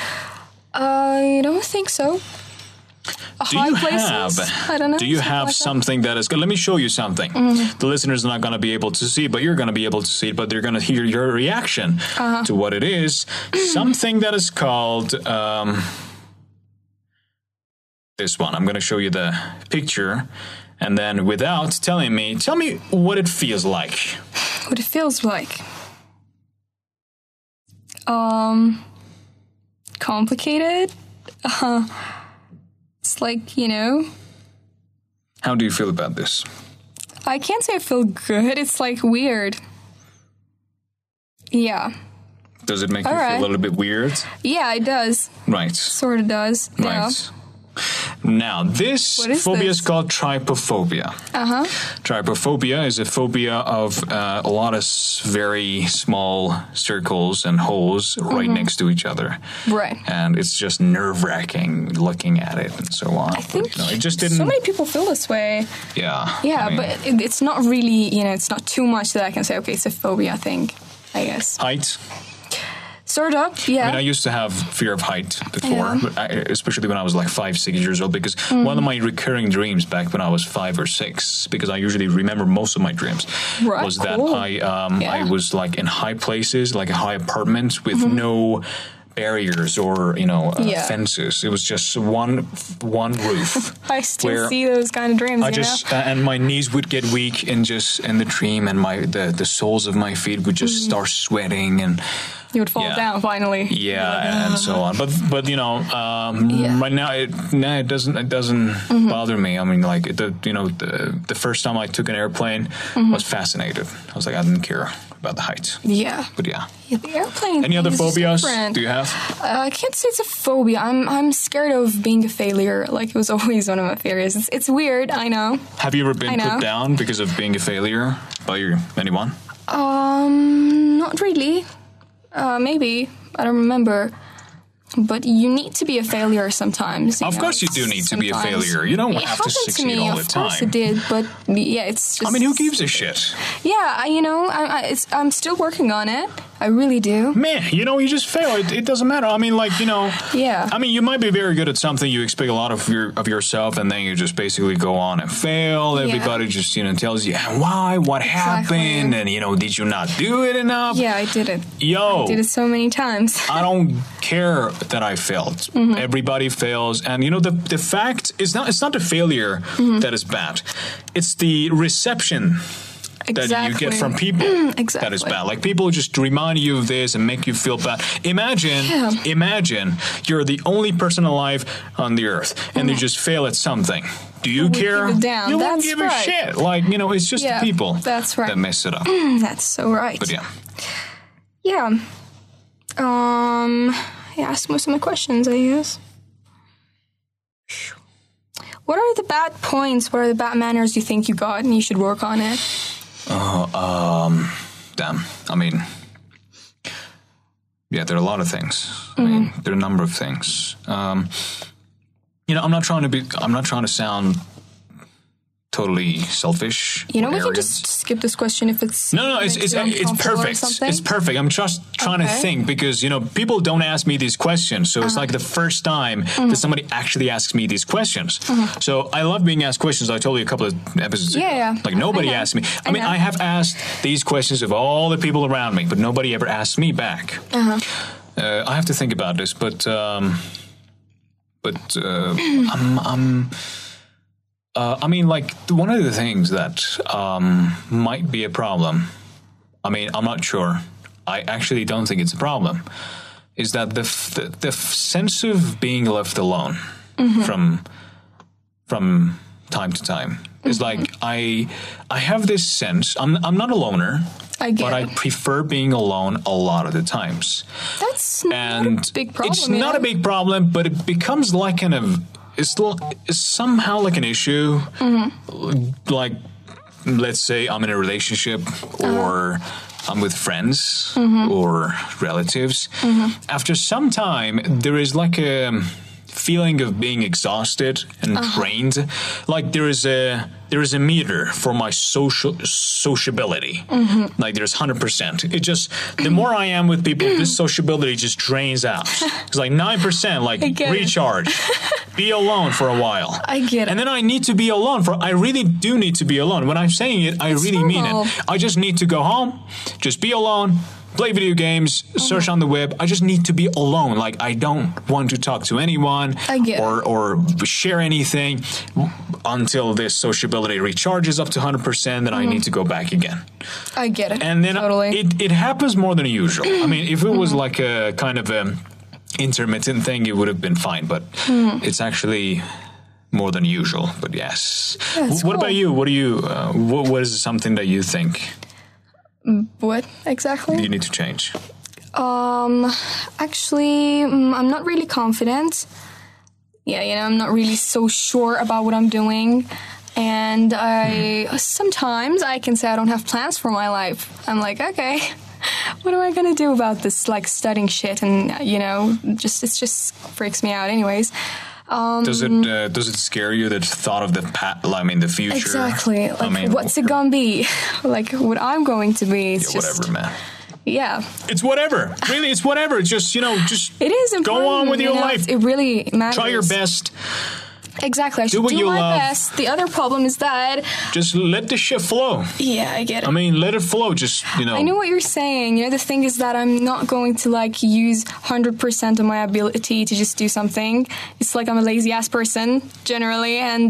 Speaker 2: I don't think so.
Speaker 1: Do
Speaker 2: High
Speaker 1: you
Speaker 2: places?
Speaker 1: have?
Speaker 2: I don't know.
Speaker 1: Do you
Speaker 2: something
Speaker 1: have
Speaker 2: like that. Mm.
Speaker 1: something that is good? Let me show you something. The listener's not going to be able to see, but you're going to be able to see it. But they're going to hear your reaction
Speaker 2: Uh-huh.
Speaker 1: to what it is. something that is called um, this one. I'm going to show you the picture, and then without telling me, tell me what it feels like.
Speaker 2: What it feels like? Um, complicated. Uh, it's like you know,
Speaker 1: How do you feel about this?
Speaker 2: I can't say I feel good. It's like weird. Yeah,
Speaker 1: Does it make
Speaker 2: All
Speaker 1: you feel
Speaker 2: right.
Speaker 1: a little bit weird?
Speaker 2: yeah, it does.
Speaker 1: Right.
Speaker 2: Sort of does. Yeah.
Speaker 1: Right. Now, this
Speaker 2: What is
Speaker 1: phobia is
Speaker 2: this?
Speaker 1: called trypophobia.
Speaker 2: Uh huh.
Speaker 1: Trypophobia is a phobia of uh, a lot of s- very small circles and holes right
Speaker 2: Mm-hmm.
Speaker 1: next to each other.
Speaker 2: Right.
Speaker 1: And it's just nerve wracking looking at it and so on.
Speaker 2: I think
Speaker 1: you know, it just didn't.
Speaker 2: So many people feel this way.
Speaker 1: yeah.
Speaker 2: Yeah,
Speaker 1: I mean,
Speaker 2: but it, it's not really, you know, it's not too much that I can say, okay, it's a phobia thing, I guess.
Speaker 1: Height.
Speaker 2: Sort of, yeah.
Speaker 1: I mean, I used to have fear of height before,
Speaker 2: Yeah. Mm.
Speaker 1: but I, especially when I was like five, six years old, because one of my recurring dreams back when I was five or six, because I usually remember most of my dreams,
Speaker 2: Right,
Speaker 1: was that
Speaker 2: cool.
Speaker 1: I um, I
Speaker 2: Yeah. Mm-hmm.
Speaker 1: was like in high places, like a high apartment with no barriers or you know uh,
Speaker 2: Yeah.
Speaker 1: fences. It was just one one roof.
Speaker 2: I still
Speaker 1: where-
Speaker 2: see those kind of dreams,
Speaker 1: I
Speaker 2: you
Speaker 1: just uh, and my knees would get weak and just in the dream and my the, the soles of my feet would
Speaker 2: Mm.
Speaker 1: just start sweating and
Speaker 2: know? You would fall
Speaker 1: yeah.
Speaker 2: down finally.
Speaker 1: yeah, and so on. But but you know, um,
Speaker 2: Yeah. Mm-hmm.
Speaker 1: right now it now it doesn't it doesn't bother me. I mean, like the you know the the first time I took an airplane, I was fascinated. I was like, I didn't care about the height.
Speaker 2: Mm-hmm. Yeah.
Speaker 1: But yeah,
Speaker 2: Yeah, The airplane.
Speaker 1: any
Speaker 2: thing
Speaker 1: other
Speaker 2: is just
Speaker 1: phobias
Speaker 2: different.
Speaker 1: do you have?
Speaker 2: Uh, I can't say it's a phobia. I'm I'm scared of being a failure. Like it was always one of my fears. It's, it's weird. I know.
Speaker 1: Have you ever been
Speaker 2: I
Speaker 1: put
Speaker 2: know.
Speaker 1: down because of being a failure by your anyone?
Speaker 2: Um, not really. Uh, maybe I don't remember. But you need to be a failure sometimes.
Speaker 1: Of
Speaker 2: know,
Speaker 1: course, you do need to be a
Speaker 2: sometimes.
Speaker 1: failure. You don't have
Speaker 2: It
Speaker 1: to
Speaker 2: happened to
Speaker 1: succeed
Speaker 2: me,
Speaker 1: all
Speaker 2: of
Speaker 1: the
Speaker 2: course it
Speaker 1: time.
Speaker 2: did, but yeah, it's
Speaker 1: I
Speaker 2: just.
Speaker 1: mean, who gives a shit?
Speaker 2: Yeah, I, you know, I, I, it's, I'm still working on it. I really do.
Speaker 1: man, you know, you just fail. It, it doesn't matter. I mean, like you know,
Speaker 2: Yeah.
Speaker 1: I mean, you might be very good at something. You expect a lot of your of yourself, and then you just basically go on and fail. Everybody just you know tells you why, what
Speaker 2: Exactly.
Speaker 1: happened, and you know, did you not do it enough?
Speaker 2: Yeah, I did it.
Speaker 1: Yo,
Speaker 2: Did it so Mm-hmm. many times.
Speaker 1: I don't care that I failed. Everybody fails, and you know the the fact is not it's not the failure
Speaker 2: Mm-hmm.
Speaker 1: that is bad. It's the reception that you get from people that is
Speaker 2: Exactly.
Speaker 1: bad. Like people just remind you of this and make you feel bad. Imagine,
Speaker 2: Yeah.
Speaker 1: imagine you're the only person alive on the earth and you just fail at something. Do you
Speaker 2: would
Speaker 1: care?
Speaker 2: give it down.
Speaker 1: You
Speaker 2: That's
Speaker 1: won't give a
Speaker 2: right.
Speaker 1: shit. Like you know, it's just
Speaker 2: Yeah,
Speaker 1: the people
Speaker 2: that's right.
Speaker 1: that mess it up.
Speaker 2: That's so right.
Speaker 1: But yeah.
Speaker 2: Yeah. Um, I asked most of my questions, I guess. What are the bad points? What are the bad manners you think you got and you should work on it?
Speaker 1: damn. I mean, yeah, there are a lot of things. I mean,
Speaker 2: Mm-hmm.
Speaker 1: there are a number of things. Um, you know, I'm not trying to be. I'm not trying to sound totally selfish.
Speaker 2: You know,
Speaker 1: or
Speaker 2: we can
Speaker 1: arrogant.
Speaker 2: just skip this question if it's
Speaker 1: No, no, it's it's,
Speaker 2: makes you
Speaker 1: it's
Speaker 2: uncomfortable or
Speaker 1: perfect.
Speaker 2: something.
Speaker 1: It's perfect. I'm just trying to
Speaker 2: Okay. Uh-huh.
Speaker 1: think because you know people don't ask me these questions, so it's like the first time
Speaker 2: Mm-hmm.
Speaker 1: that somebody actually asks me these questions. So I love being asked questions. I told you a couple of episodes
Speaker 2: Yeah,
Speaker 1: ago.
Speaker 2: yeah.
Speaker 1: Like nobody
Speaker 2: I know.
Speaker 1: asked me. I,
Speaker 2: I
Speaker 1: mean,
Speaker 2: know.
Speaker 1: I have asked these questions of all the people around me, but nobody ever asked me back. Uh-huh. I have to think about this, but um, but uh, I'm. I'm uh, I mean, like one of the things that um, might be a problem. I mean, I'm not sure. I actually don't think it's a problem. Is that the f- the, the f- sense of being left alone
Speaker 2: Mm-hmm.
Speaker 1: from from
Speaker 2: Mm-hmm.
Speaker 1: time to time? It's like I I have this sense. I'm I'm not a loner.
Speaker 2: I get
Speaker 1: but I
Speaker 2: it.
Speaker 1: prefer being alone a lot of the times.
Speaker 2: That's not
Speaker 1: And
Speaker 2: a big problem.
Speaker 1: it's not a
Speaker 2: yeah.
Speaker 1: big problem, but it becomes like an ev- it's, l- it's somehow like an issue.
Speaker 2: Mm-hmm.
Speaker 1: Like, let's say I'm in a relationship
Speaker 2: Uh-huh.
Speaker 1: or I'm with friends
Speaker 2: Mm-hmm.
Speaker 1: or relatives. After some time, there is like a feeling of being exhausted and
Speaker 2: Uh-huh.
Speaker 1: drained. Like there is a there is a meter for my social sociability.
Speaker 2: Mm-hmm.
Speaker 1: Like there's hundred percent. It just the more I am with people, this sociability just drains out. It's like nine percent. Like
Speaker 2: get it.
Speaker 1: recharge. Be alone for a while.
Speaker 2: I get it.
Speaker 1: And then I need to be alone for I really do need to be alone. When I'm saying it, I really mean
Speaker 2: normal.
Speaker 1: it. I just need to go home, just be alone, play video games,
Speaker 2: Mm-hmm.
Speaker 1: search on the web. I just need to be alone. Like I don't want to talk to anyone
Speaker 2: I get it.
Speaker 1: or or share anything until this sociability recharges up to 100%, then I
Speaker 2: Mm-hmm.
Speaker 1: need to go back again.
Speaker 2: I get it.
Speaker 1: And then
Speaker 2: totally. Mm-hmm.
Speaker 1: it, it happens more than usual. I mean, if it was like a kind of a intermittent thing, it would have been fine, but
Speaker 2: Hmm.
Speaker 1: it's actually more than usual. But yes.
Speaker 2: That's
Speaker 1: Wh- what about
Speaker 2: cool.
Speaker 1: you? What do you, uh, what, what is something that you think
Speaker 2: what exactly?
Speaker 1: you need to change?
Speaker 2: Um, actually, mm, I'm not really confident. Yeah, you know, I'm not really so sure about what I'm doing. And I
Speaker 1: Hmm.
Speaker 2: sometimes I can say I don't have plans for my life. I'm like, okay, what am I gonna do about this? Like studying shit, and you know, just it just freaks me out. Anyways,
Speaker 1: Does
Speaker 2: Um,
Speaker 1: it, uh, does it scare you that thought of the, pa- I mean, the future?
Speaker 2: exactly.
Speaker 1: I
Speaker 2: Like,
Speaker 1: mean,
Speaker 2: what's it gonna be? like, what I'm going to be? It's
Speaker 1: yeah,
Speaker 2: just
Speaker 1: Whatever, man.
Speaker 2: yeah.
Speaker 1: It's whatever. Really, it's whatever. It's just, you know, just
Speaker 2: It is important.
Speaker 1: go on with
Speaker 2: you
Speaker 1: your
Speaker 2: know,
Speaker 1: life.
Speaker 2: It really matters.
Speaker 1: Try your best.
Speaker 2: Exactly. I should do,
Speaker 1: what you
Speaker 2: my
Speaker 1: love.
Speaker 2: best. The other problem is that
Speaker 1: Just let the shit flow.
Speaker 2: yeah, I get it.
Speaker 1: I mean, let it flow. Just, you know.
Speaker 2: I know what you're saying. You know, the thing is that I'm not going to like use 100% of my ability to just do something. It's like I'm a lazy ass person generally, and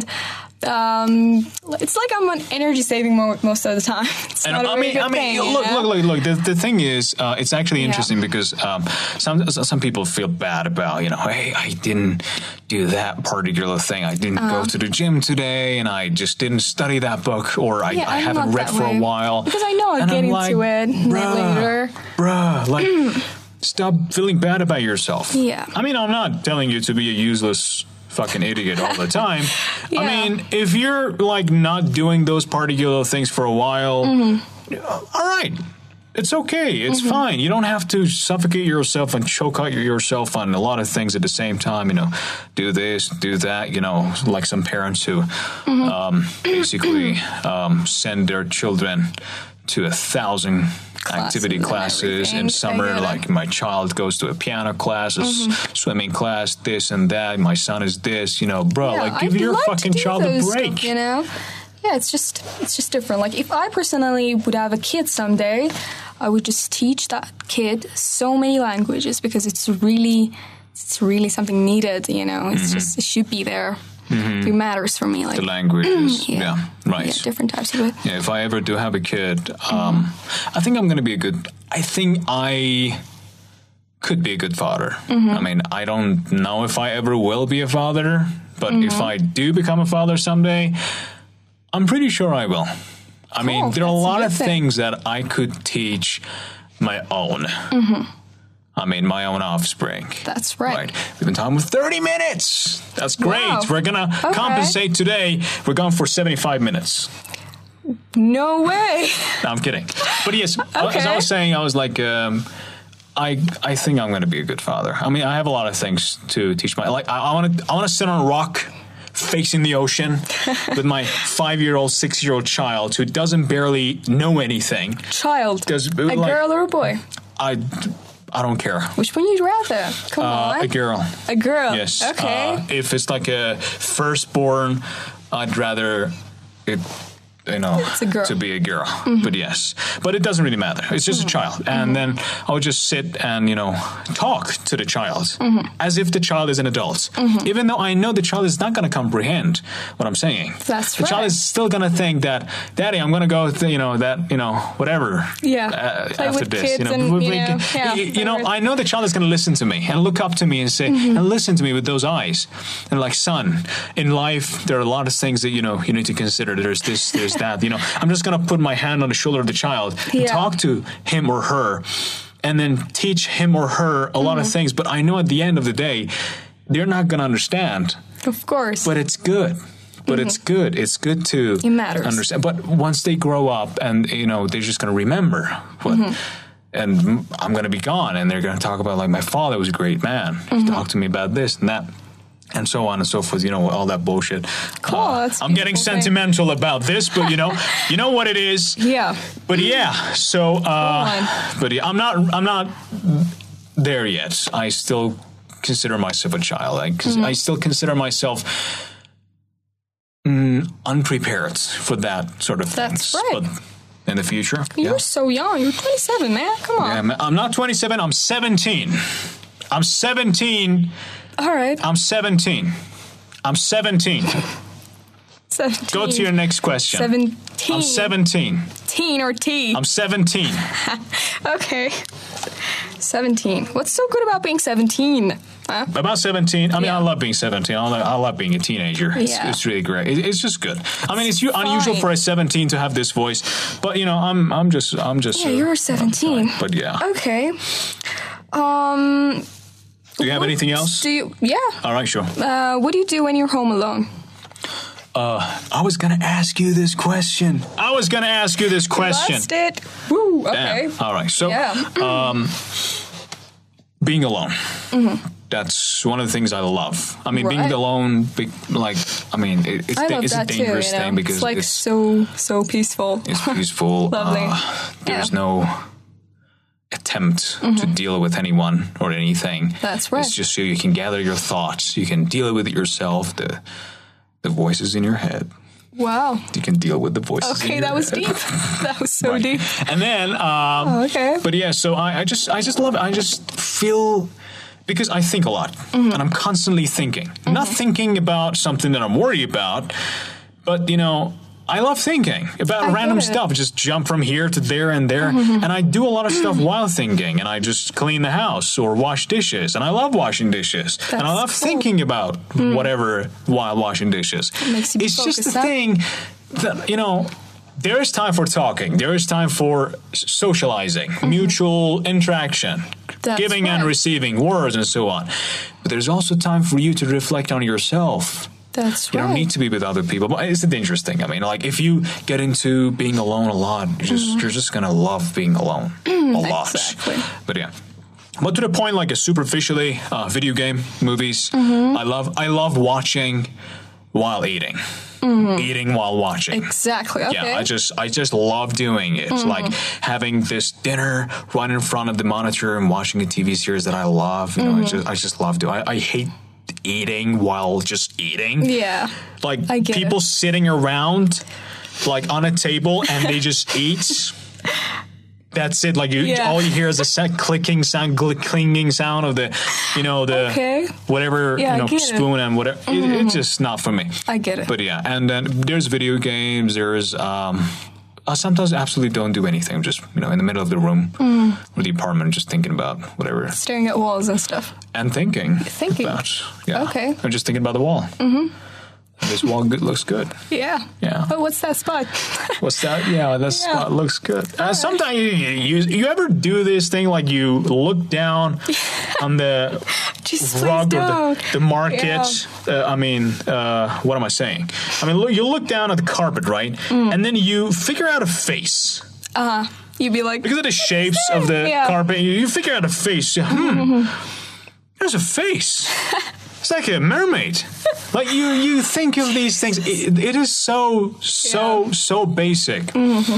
Speaker 2: um, it's like I'm on energy saving mode most of the time. It's
Speaker 1: And
Speaker 2: not a
Speaker 1: I
Speaker 2: very
Speaker 1: mean,
Speaker 2: good
Speaker 1: I mean,
Speaker 2: thing. you
Speaker 1: look,
Speaker 2: know?
Speaker 1: look, look, look. The, the thing is, uh, it's actually interesting because um, some some people feel bad about you know, hey, I didn't do that particular thing. I didn't
Speaker 2: Uh-huh.
Speaker 1: go to the gym today, and I just didn't study that book, or I,
Speaker 2: Yeah,
Speaker 1: I
Speaker 2: I'm
Speaker 1: haven't
Speaker 2: not
Speaker 1: read
Speaker 2: that
Speaker 1: for
Speaker 2: way.
Speaker 1: a while.
Speaker 2: Because I know I'll
Speaker 1: And
Speaker 2: get
Speaker 1: I'm
Speaker 2: into
Speaker 1: like,
Speaker 2: it
Speaker 1: "Bruh,
Speaker 2: later. Hmm.
Speaker 1: bruh, like stop feeling bad about yourself.
Speaker 2: Yeah.
Speaker 1: I mean, I'm not telling you to be a useless fucking idiot all the time.
Speaker 2: Yeah.
Speaker 1: I mean, if you're like not doing those particular things for a while,
Speaker 2: Mm-hmm.
Speaker 1: all right. It's okay. It's fine. You don't have to suffocate yourself and choke out yourself on a lot of things at the same time. You know, do this, do that. You know, like some parents who
Speaker 2: Mm-hmm.
Speaker 1: um, basically um, send their children to a thousand activity
Speaker 2: and
Speaker 1: classes in
Speaker 2: everything. I
Speaker 1: summer.
Speaker 2: get it.
Speaker 1: Like my child goes to a piano class, a s-
Speaker 2: Mm-hmm.
Speaker 1: swimming class, this and that. My son is this. You know, bro,
Speaker 2: Yeah,
Speaker 1: like give
Speaker 2: I'd
Speaker 1: your
Speaker 2: love to
Speaker 1: fucking
Speaker 2: do
Speaker 1: child a
Speaker 2: those
Speaker 1: break.
Speaker 2: stuff, you know? Yeah, it's just it's just different. Like if I personally would have a kid someday, I would just teach that kid so many languages because it's really it's really something needed, you know. It's just it should be there. It matters for me like
Speaker 1: Mm-hmm. The languages,
Speaker 2: yeah.
Speaker 1: yeah, right.
Speaker 2: yeah, different types of it.
Speaker 1: Yeah, if I ever do have a kid, um, I think I'm going to be a good. I think I could be a good father.
Speaker 2: Mm-hmm.
Speaker 1: I mean, I don't know if I ever will be a father, but
Speaker 2: Mm-hmm.
Speaker 1: if I do become a father someday, I'm pretty sure I will. I mean,
Speaker 2: Cool,
Speaker 1: there are a
Speaker 2: that's a
Speaker 1: lot
Speaker 2: good
Speaker 1: of
Speaker 2: thing.
Speaker 1: things that I could teach my own. I mean, my own offspring.
Speaker 2: Mm-hmm. That's right.
Speaker 1: We've been talking for 30 minutes. That's great.
Speaker 2: Wow.
Speaker 1: We're going to
Speaker 2: Okay.
Speaker 1: compensate today. We're going for 75 minutes.
Speaker 2: No way.
Speaker 1: No, I'm kidding. But yes, as I
Speaker 2: Okay.
Speaker 1: was saying, I was like, um, I I think I'm going to be a good father. I mean, I have a lot of things to teach my like. I want to I want to sit on a rock. Facing the ocean with my five-year-old, six-year-old child who doesn't barely know anything.
Speaker 2: Child.
Speaker 1: Does-
Speaker 2: a
Speaker 1: like-
Speaker 2: girl or a boy?
Speaker 1: I, I don't care.
Speaker 2: Which one you'd rather? Come
Speaker 1: Uh,
Speaker 2: on.
Speaker 1: a girl.
Speaker 2: A girl.
Speaker 1: Yes.
Speaker 2: Okay.
Speaker 1: Uh, if it's like a firstborn, I'd rather it. You know,
Speaker 2: a girl. Mm-hmm.
Speaker 1: to be a girl, but yes, but it doesn't really matter. It's just a child, and then I would just sit and you know talk to the child
Speaker 2: Mm-hmm.
Speaker 1: as if the child is an adult, even though I know the child is not going to comprehend what I'm saying.
Speaker 2: That's
Speaker 1: the child
Speaker 2: right.
Speaker 1: is still going to think that, Daddy, I'm going to go, th- you know, that you know, whatever.
Speaker 2: Yeah.
Speaker 1: uh,
Speaker 2: Play
Speaker 1: after
Speaker 2: with
Speaker 1: this,
Speaker 2: kids
Speaker 1: you know,
Speaker 2: and,
Speaker 1: we-
Speaker 2: you
Speaker 1: we-
Speaker 2: know, yeah,
Speaker 1: you- you
Speaker 2: play
Speaker 1: know,
Speaker 2: with-
Speaker 1: I know the child is going to listen to me and look up to me and say, and listen to me with those eyes. And like, son, in life, there are a lot of things that, you know, you need to consider. There's this, there's there's that. You know, I'm just gonna put my hand on the shoulder of the child and
Speaker 2: Yeah.
Speaker 1: talk to him or her, and then teach him or her a lot of things. But I know at the end of the day, they're not gonna understand.
Speaker 2: Of course.
Speaker 1: uh, But it's good. But it's good. It's good to
Speaker 2: Mm-hmm. It matters.
Speaker 1: understand. But once they grow up, and you know, they're just going to remember what.
Speaker 2: Mm-hmm.
Speaker 1: And m- I'm going to be gone, and they're going to talk about like my father was a great man. He
Speaker 2: Mm-hmm.
Speaker 1: talked to me about this and that, and so on and so forth. You know, all that bullshit. Uh,
Speaker 2: Cool, that's a
Speaker 1: I'm getting
Speaker 2: beautiful thing.
Speaker 1: sentimental about this, but you know, you know what it is.
Speaker 2: yeah.
Speaker 1: But yeah, so
Speaker 2: Oh on.
Speaker 1: uh, but yeah, I'm not I'm not there yet. I still consider myself a child. I, cons-
Speaker 2: Mm-hmm.
Speaker 1: I still consider myself mm, unprepared for that sort of
Speaker 2: That's
Speaker 1: things.
Speaker 2: right.
Speaker 1: But in the future,
Speaker 2: You're
Speaker 1: yeah.
Speaker 2: so young. You're 27, man. Come on.
Speaker 1: Yeah, I'm, I'm not 27. I'm 17. I'm 17.
Speaker 2: All right.
Speaker 1: I'm 17. I'm 17.
Speaker 2: 17.
Speaker 1: Go to your next question.
Speaker 2: 17.
Speaker 1: I'm 17.
Speaker 2: 17 or T.
Speaker 1: I'm 17.
Speaker 2: okay. 17. What's so good about being 17? Huh?
Speaker 1: About 17. I mean,
Speaker 2: Yeah.
Speaker 1: I love being 17. I love, I love being a teenager. It's,
Speaker 2: Yeah.
Speaker 1: it's really great. It, it's just good. I mean, it's u- unusual
Speaker 2: fine.
Speaker 1: for a 17 to have this voice, but you know, I'm I'm just I'm just
Speaker 2: Yeah,
Speaker 1: uh,
Speaker 2: you're
Speaker 1: I'm
Speaker 2: 17.
Speaker 1: fine. But yeah.
Speaker 2: Okay. Um.
Speaker 1: Do you have
Speaker 2: what
Speaker 1: anything else?
Speaker 2: Do you? Yeah.
Speaker 1: All right, sure.
Speaker 2: Uh, what do you do when you're home alone?
Speaker 1: I was going to ask you this question. I was going to ask you this question.
Speaker 2: Lost it. Woo. Okay.
Speaker 1: Damn. All right. So
Speaker 2: Yeah.
Speaker 1: being alone. That's one of the things I love. I mean, being
Speaker 2: Mm-hmm. Right.
Speaker 1: alone, be, like, I mean, it, it's,
Speaker 2: I
Speaker 1: da-
Speaker 2: love
Speaker 1: it's a
Speaker 2: that too.
Speaker 1: dangerous
Speaker 2: you know?
Speaker 1: thing because
Speaker 2: it's like
Speaker 1: it's,
Speaker 2: so so peaceful.
Speaker 1: It's peaceful.
Speaker 2: Lovely.
Speaker 1: Uh, there's
Speaker 2: Yeah. Mm-hmm.
Speaker 1: no attempt to deal with anyone or anything.
Speaker 2: That's right.
Speaker 1: It's just so you can gather your thoughts. You can deal with it yourself. The the voices in your head.
Speaker 2: Wow.
Speaker 1: You can deal with the voices. in
Speaker 2: Okay,
Speaker 1: your
Speaker 2: that was
Speaker 1: head.
Speaker 2: deep. That was so
Speaker 1: Right.
Speaker 2: deep.
Speaker 1: And then, um,
Speaker 2: Oh, okay.
Speaker 1: but yeah, so I, I just, I just love it. I just feel because I think a lot,
Speaker 2: Mm-hmm.
Speaker 1: and I'm constantly thinking, not thinking about something that I'm worried about, but you know. I love thinking about
Speaker 2: get
Speaker 1: random
Speaker 2: it. Mm-hmm.
Speaker 1: stuff. Just jump from here to there and there, and I do a lot of stuff while thinking. And I just clean the house or wash dishes, and I love washing dishes. and I
Speaker 2: That's
Speaker 1: love
Speaker 2: cool. Mm.
Speaker 1: thinking about whatever while washing dishes.
Speaker 2: makes you be
Speaker 1: it's just
Speaker 2: focused,
Speaker 1: the
Speaker 2: huh?
Speaker 1: thing that you know there is time for talking there is time for s- socializing mutual interaction
Speaker 2: Mm-hmm. That's
Speaker 1: giving and
Speaker 2: right.
Speaker 1: receiving words and so on but there's also time for you to reflect on yourself
Speaker 2: That's
Speaker 1: you
Speaker 2: right.
Speaker 1: don't need to be with other people but it's a dangerous thing i mean like if you get into being alone a lot you're just you're just gonna love being alone a lot
Speaker 2: exactly.
Speaker 1: but yeah but to the point like a superficially uh, video game movies
Speaker 2: Mm-hmm.
Speaker 1: i love i love watching while eating eating while watching
Speaker 2: Exactly. Mm-hmm. Okay. Mm-hmm.
Speaker 1: yeah, I just I just love doing it. It's Like having this dinner right in front of the monitor and watching a TV series that I love. You know,
Speaker 2: Mm-hmm.
Speaker 1: I just I just love doing. I, I hate eating while just eating.
Speaker 2: yeah.
Speaker 1: Like
Speaker 2: I get
Speaker 1: people
Speaker 2: it.
Speaker 1: sitting around like on a table and they just eat. That's it. Like you,
Speaker 2: Yeah.
Speaker 1: all you hear is a set clicking sound, gl- clinging sound of the, you know, the
Speaker 2: Okay.
Speaker 1: whatever
Speaker 2: Yeah, I
Speaker 1: you know
Speaker 2: get it. Mm-hmm.
Speaker 1: spoon and whatever. It- it's just not for me.
Speaker 2: I get it.
Speaker 1: But yeah, and then there's video games. There's um, I sometimes absolutely don't do anything. Just you know, in the middle of the room
Speaker 2: Mm.
Speaker 1: or the apartment, just thinking about whatever
Speaker 2: Staring at walls and stuff.
Speaker 1: and thinking.
Speaker 2: Thinking.
Speaker 1: About, yeah.
Speaker 2: Okay.
Speaker 1: I'm just thinking about the wall. Mm-hmm. This wall good, looks good.
Speaker 2: Yeah.
Speaker 1: Yeah.
Speaker 2: But what's that spot?
Speaker 1: What's that? Yeah, that spot looks good. Uh, sometimes you, you you ever do this thing like you look down on the
Speaker 2: Just please
Speaker 1: rug or
Speaker 2: don't.
Speaker 1: the, the market. Uh, I mean, uh, what am I saying? I mean, look, you look down at the carpet, right?
Speaker 2: Mm.
Speaker 1: And then you figure out a face
Speaker 2: Uh, you'd be like,
Speaker 1: because of the shapes of the
Speaker 2: Yeah.
Speaker 1: carpet. You, you figure out a face. You- Hmm, there's a face. It's like a mermaid. Like you, you think of these things. It, it is so, so, so basic.
Speaker 2: Mm-hmm.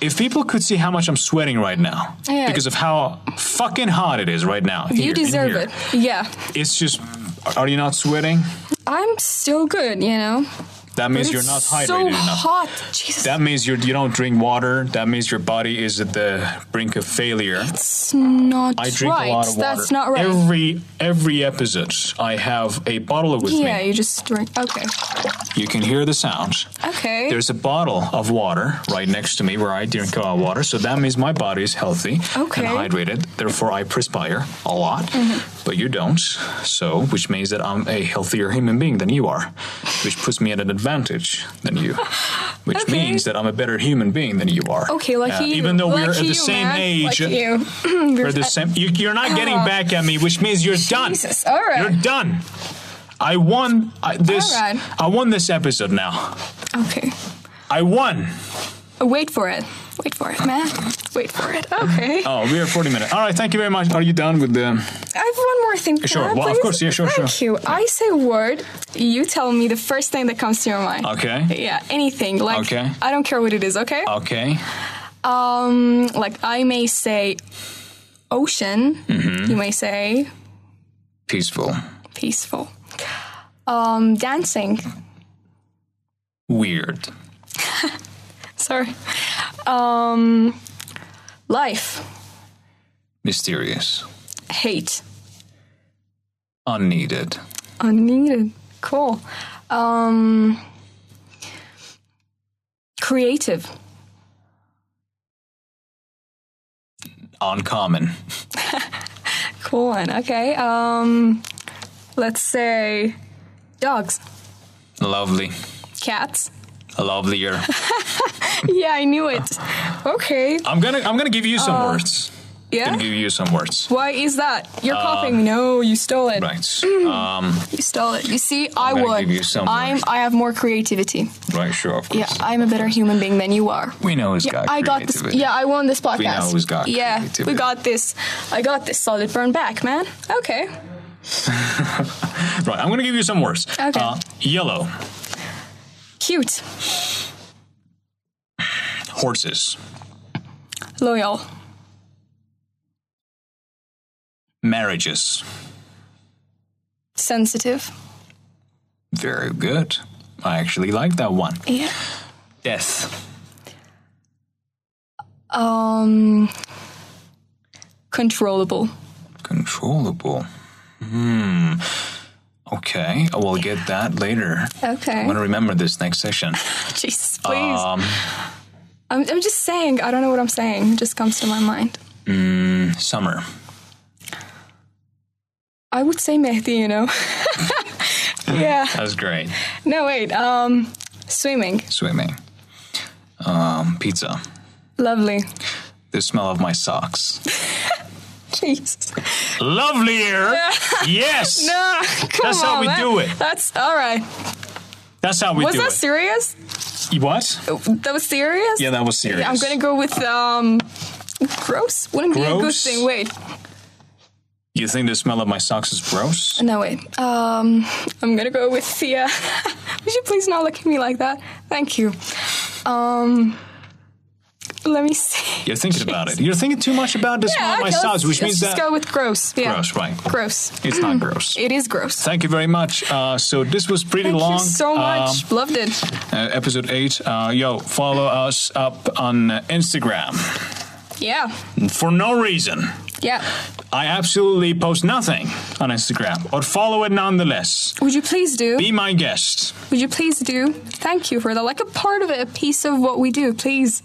Speaker 1: If people could see how much I'm sweating right now
Speaker 2: Yeah.
Speaker 1: because of how fucking hot it is right now,
Speaker 2: you deserve it. Yeah.
Speaker 1: It's just, are you not sweating?
Speaker 2: I'm still good, you know?
Speaker 1: That means
Speaker 2: It's
Speaker 1: you're not hydrated
Speaker 2: so
Speaker 1: enough.
Speaker 2: hot. Jesus.
Speaker 1: That means you're, you don't drink water. That means your body is at the brink of failure.
Speaker 2: That's not
Speaker 1: I drink
Speaker 2: right.
Speaker 1: a lot of water.
Speaker 2: That's not right.
Speaker 1: Every every episode, I have a bottle with
Speaker 2: yeah,
Speaker 1: me.
Speaker 2: you just drink. Okay.
Speaker 1: You can hear the sound.
Speaker 2: Okay.
Speaker 1: There's a bottle of water right next to me where I drink uh, water, so that means my body is healthy
Speaker 2: Okay.
Speaker 1: and hydrated. Therefore, I perspire a
Speaker 2: Mm-hmm.
Speaker 1: lot, but you don't. So, which means that I'm a healthier human being than you are. which puts me at an advantage than you, which
Speaker 2: Okay.
Speaker 1: means that I'm a better human being than you are.
Speaker 2: Okay, lucky
Speaker 1: Yeah,
Speaker 2: you.
Speaker 1: Even though we're
Speaker 2: Lucky
Speaker 1: at the
Speaker 2: you,
Speaker 1: same
Speaker 2: man.
Speaker 1: age,
Speaker 2: Lucky you. We're
Speaker 1: we're the
Speaker 2: at-
Speaker 1: same. You, you're not getting
Speaker 2: Oh.
Speaker 1: back at me, which means you're done.
Speaker 2: Jesus, all right.
Speaker 1: You're done. I won I, this.
Speaker 2: All right.
Speaker 1: I won this episode now.
Speaker 2: Okay.
Speaker 1: I won.
Speaker 2: Uh, Wait for it. Wait for it, man. Wait for it. Okay.
Speaker 1: Oh, we are 40 minutes. All right, thank you very much. Are you done with the?
Speaker 2: I have one more thing. Can
Speaker 1: Sure.
Speaker 2: I,
Speaker 1: Well, of
Speaker 2: please?
Speaker 1: course. Yeah, sure,
Speaker 2: Thank
Speaker 1: sure.
Speaker 2: you. I say a word. You tell me the first thing that comes to your mind.
Speaker 1: Okay.
Speaker 2: Yeah. Anything. Like.
Speaker 1: Uh, Okay. Uh,
Speaker 2: I don't care what it is. Okay.
Speaker 1: Okay.
Speaker 2: Um. Like I may say, ocean.
Speaker 1: Mm-hmm.
Speaker 2: You may say
Speaker 1: Peaceful.
Speaker 2: peaceful. Um. Dancing.
Speaker 1: Weird.
Speaker 2: Sorry. Um. Life.
Speaker 1: Mysterious.
Speaker 2: Hate.
Speaker 1: Unneeded.
Speaker 2: Unneeded. Cool. Um, creative.
Speaker 1: Uncommon.
Speaker 2: Cool one. Okay. Um, let's say dogs,
Speaker 1: Lovely.
Speaker 2: cats.
Speaker 1: Lovelier.
Speaker 2: Yeah, I knew it. Okay.
Speaker 1: I'm gonna I'm gonna give you some
Speaker 2: Oh.
Speaker 1: words. Gonna
Speaker 2: Yeah.
Speaker 1: give you some words.
Speaker 2: Why is that? You're copying. No, you stole it.
Speaker 1: Right.
Speaker 2: You stole it. You see, i
Speaker 1: gonna
Speaker 2: would.
Speaker 1: give you some
Speaker 2: I'm.
Speaker 1: words.
Speaker 2: I have more creativity.
Speaker 1: Right, sure, of
Speaker 2: Yeah,
Speaker 1: course.
Speaker 2: I'm a better human being than you are.
Speaker 1: We know who's
Speaker 2: Yeah,
Speaker 1: got
Speaker 2: I got this.
Speaker 1: creativity.
Speaker 2: Yeah, I won this podcast.
Speaker 1: know who's got
Speaker 2: Yeah,
Speaker 1: creativity.
Speaker 2: we got this. I got this solid burn back, man. Okay.
Speaker 1: Right, I'm gonna give you some words.
Speaker 2: Okay.
Speaker 1: Uh, yellow.
Speaker 2: Cute.
Speaker 1: Horses.
Speaker 2: Loyal.
Speaker 1: Marriages.
Speaker 2: Sensitive.
Speaker 1: Very good. I actually like that one.
Speaker 2: Yeah.
Speaker 1: Death.
Speaker 2: Um. Controllable.
Speaker 1: Controllable. Hmm. Okay, I will get that later. I'm
Speaker 2: Okay.
Speaker 1: gonna remember this next session. Um,
Speaker 2: Jesus, please.
Speaker 1: Uh,
Speaker 2: I'm, I'm just saying. I don't know what I'm saying. It just comes to my mind.
Speaker 1: Summer.
Speaker 2: I would say Mehdi, you know. yeah.
Speaker 1: That's great.
Speaker 2: No, wait. Um. Swimming.
Speaker 1: Swimming. Um, pizza.
Speaker 2: Lovely.
Speaker 1: The smell of my socks.
Speaker 2: Jesus.
Speaker 1: Lovelier. yes.
Speaker 2: Ah, come
Speaker 1: That's how
Speaker 2: on,
Speaker 1: we
Speaker 2: man.
Speaker 1: do it.
Speaker 2: That's all right.
Speaker 1: That's how we
Speaker 2: Was
Speaker 1: do
Speaker 2: that
Speaker 1: it.
Speaker 2: serious?
Speaker 1: what?
Speaker 2: That was serious?
Speaker 1: Yeah, that was serious.
Speaker 2: I'm gonna go with um gross. Wouldn't be a good
Speaker 1: Gross?
Speaker 2: thing. Wait.
Speaker 1: You think the smell of my socks is gross?
Speaker 2: No wait. Um I'm gonna go with the uh, would you please not look at me like that? Thank you. Um let me see.
Speaker 1: You're thinking about it. You're thinking too much about the smell of Oh my
Speaker 2: okay,
Speaker 1: socks,
Speaker 2: let's-
Speaker 1: which
Speaker 2: let's
Speaker 1: means
Speaker 2: just
Speaker 1: that
Speaker 2: go mm. with gross. Yeah.
Speaker 1: gross, right?
Speaker 2: Gross.
Speaker 1: It's not gross.
Speaker 2: It is gross.
Speaker 1: Thank you very much. Uh, so this was pretty
Speaker 2: Thank
Speaker 1: long.
Speaker 2: you so much.
Speaker 1: Um,
Speaker 2: Loved it.
Speaker 1: uh, episode eight. Uh, yo, follow us up on uh, Instagram
Speaker 2: Yeah.
Speaker 1: for no reason.
Speaker 2: Yeah.
Speaker 1: I absolutely post nothing on Instagram, but follow it nonetheless.
Speaker 2: Would you please do?
Speaker 1: Be my guest.
Speaker 2: Would you please do? Thank you for that. Like a part of it, a piece of what we do, please.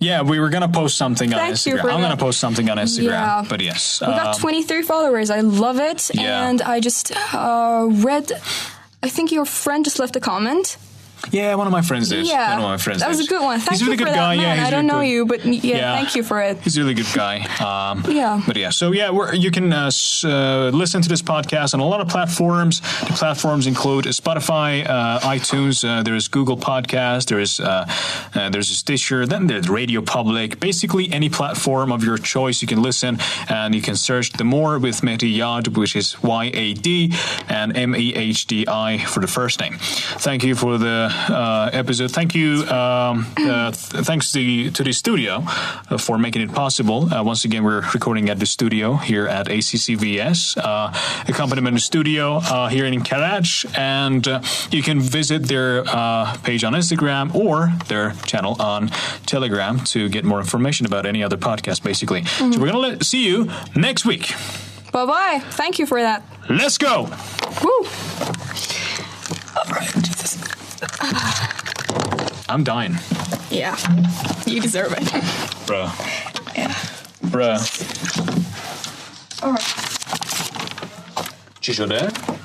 Speaker 1: Yeah, we were gonna post something on
Speaker 2: Thank you
Speaker 1: Instagram.
Speaker 2: for
Speaker 1: I'm gonna
Speaker 2: that.
Speaker 1: post something on Instagram.
Speaker 2: Yeah.
Speaker 1: But yes,
Speaker 2: We
Speaker 1: um,
Speaker 2: got 23 followers. I love it.
Speaker 1: Yeah.
Speaker 2: And I just uh, read. I think your friend just left a comment.
Speaker 1: yeah, one of my friends did.
Speaker 2: yeah,
Speaker 1: one of my friends.
Speaker 2: that was a
Speaker 1: did.
Speaker 2: good one. Thank
Speaker 1: he's a really
Speaker 2: you for
Speaker 1: good guy.
Speaker 2: that,
Speaker 1: Yeah,
Speaker 2: man.
Speaker 1: he's
Speaker 2: I
Speaker 1: really
Speaker 2: don't know
Speaker 1: good.
Speaker 2: you, but yeah,
Speaker 1: Yeah.
Speaker 2: thank you for it.
Speaker 1: He's a really good guy. Um,
Speaker 2: Yeah.
Speaker 1: But yeah, so yeah, we're, you can uh, s- uh, listen to this podcast on a lot of platforms. The platforms include Spotify, uh, iTunes. Uh, there is Google Podcast. There is uh, uh, there's Stitcher. Then there's Radio Public. Basically, any platform of your choice, you can listen and you can search the more with Mehdi Yad, which is Y A D and M E H D I for the first name. Thank you for the uh, episode. Thank you. Um, uh, th- thanks to the, to the studio uh, for making it possible. Uh, once again, we're recording at the studio here at ACCVS, uh, accompaniment studio uh, here in Karach, and uh, you can visit their uh, page on Instagram or their channel on Telegram to get more information about any other podcast. Basically, so we're gonna let, see you next week.
Speaker 2: Bye bye. Thank you for that.
Speaker 1: Let's go.
Speaker 2: Woo.
Speaker 1: I'm dying,
Speaker 2: Yeah, you deserve it.
Speaker 1: bruh,
Speaker 2: Yeah.
Speaker 1: bruh.
Speaker 2: All right.
Speaker 1: Ci sono, eh?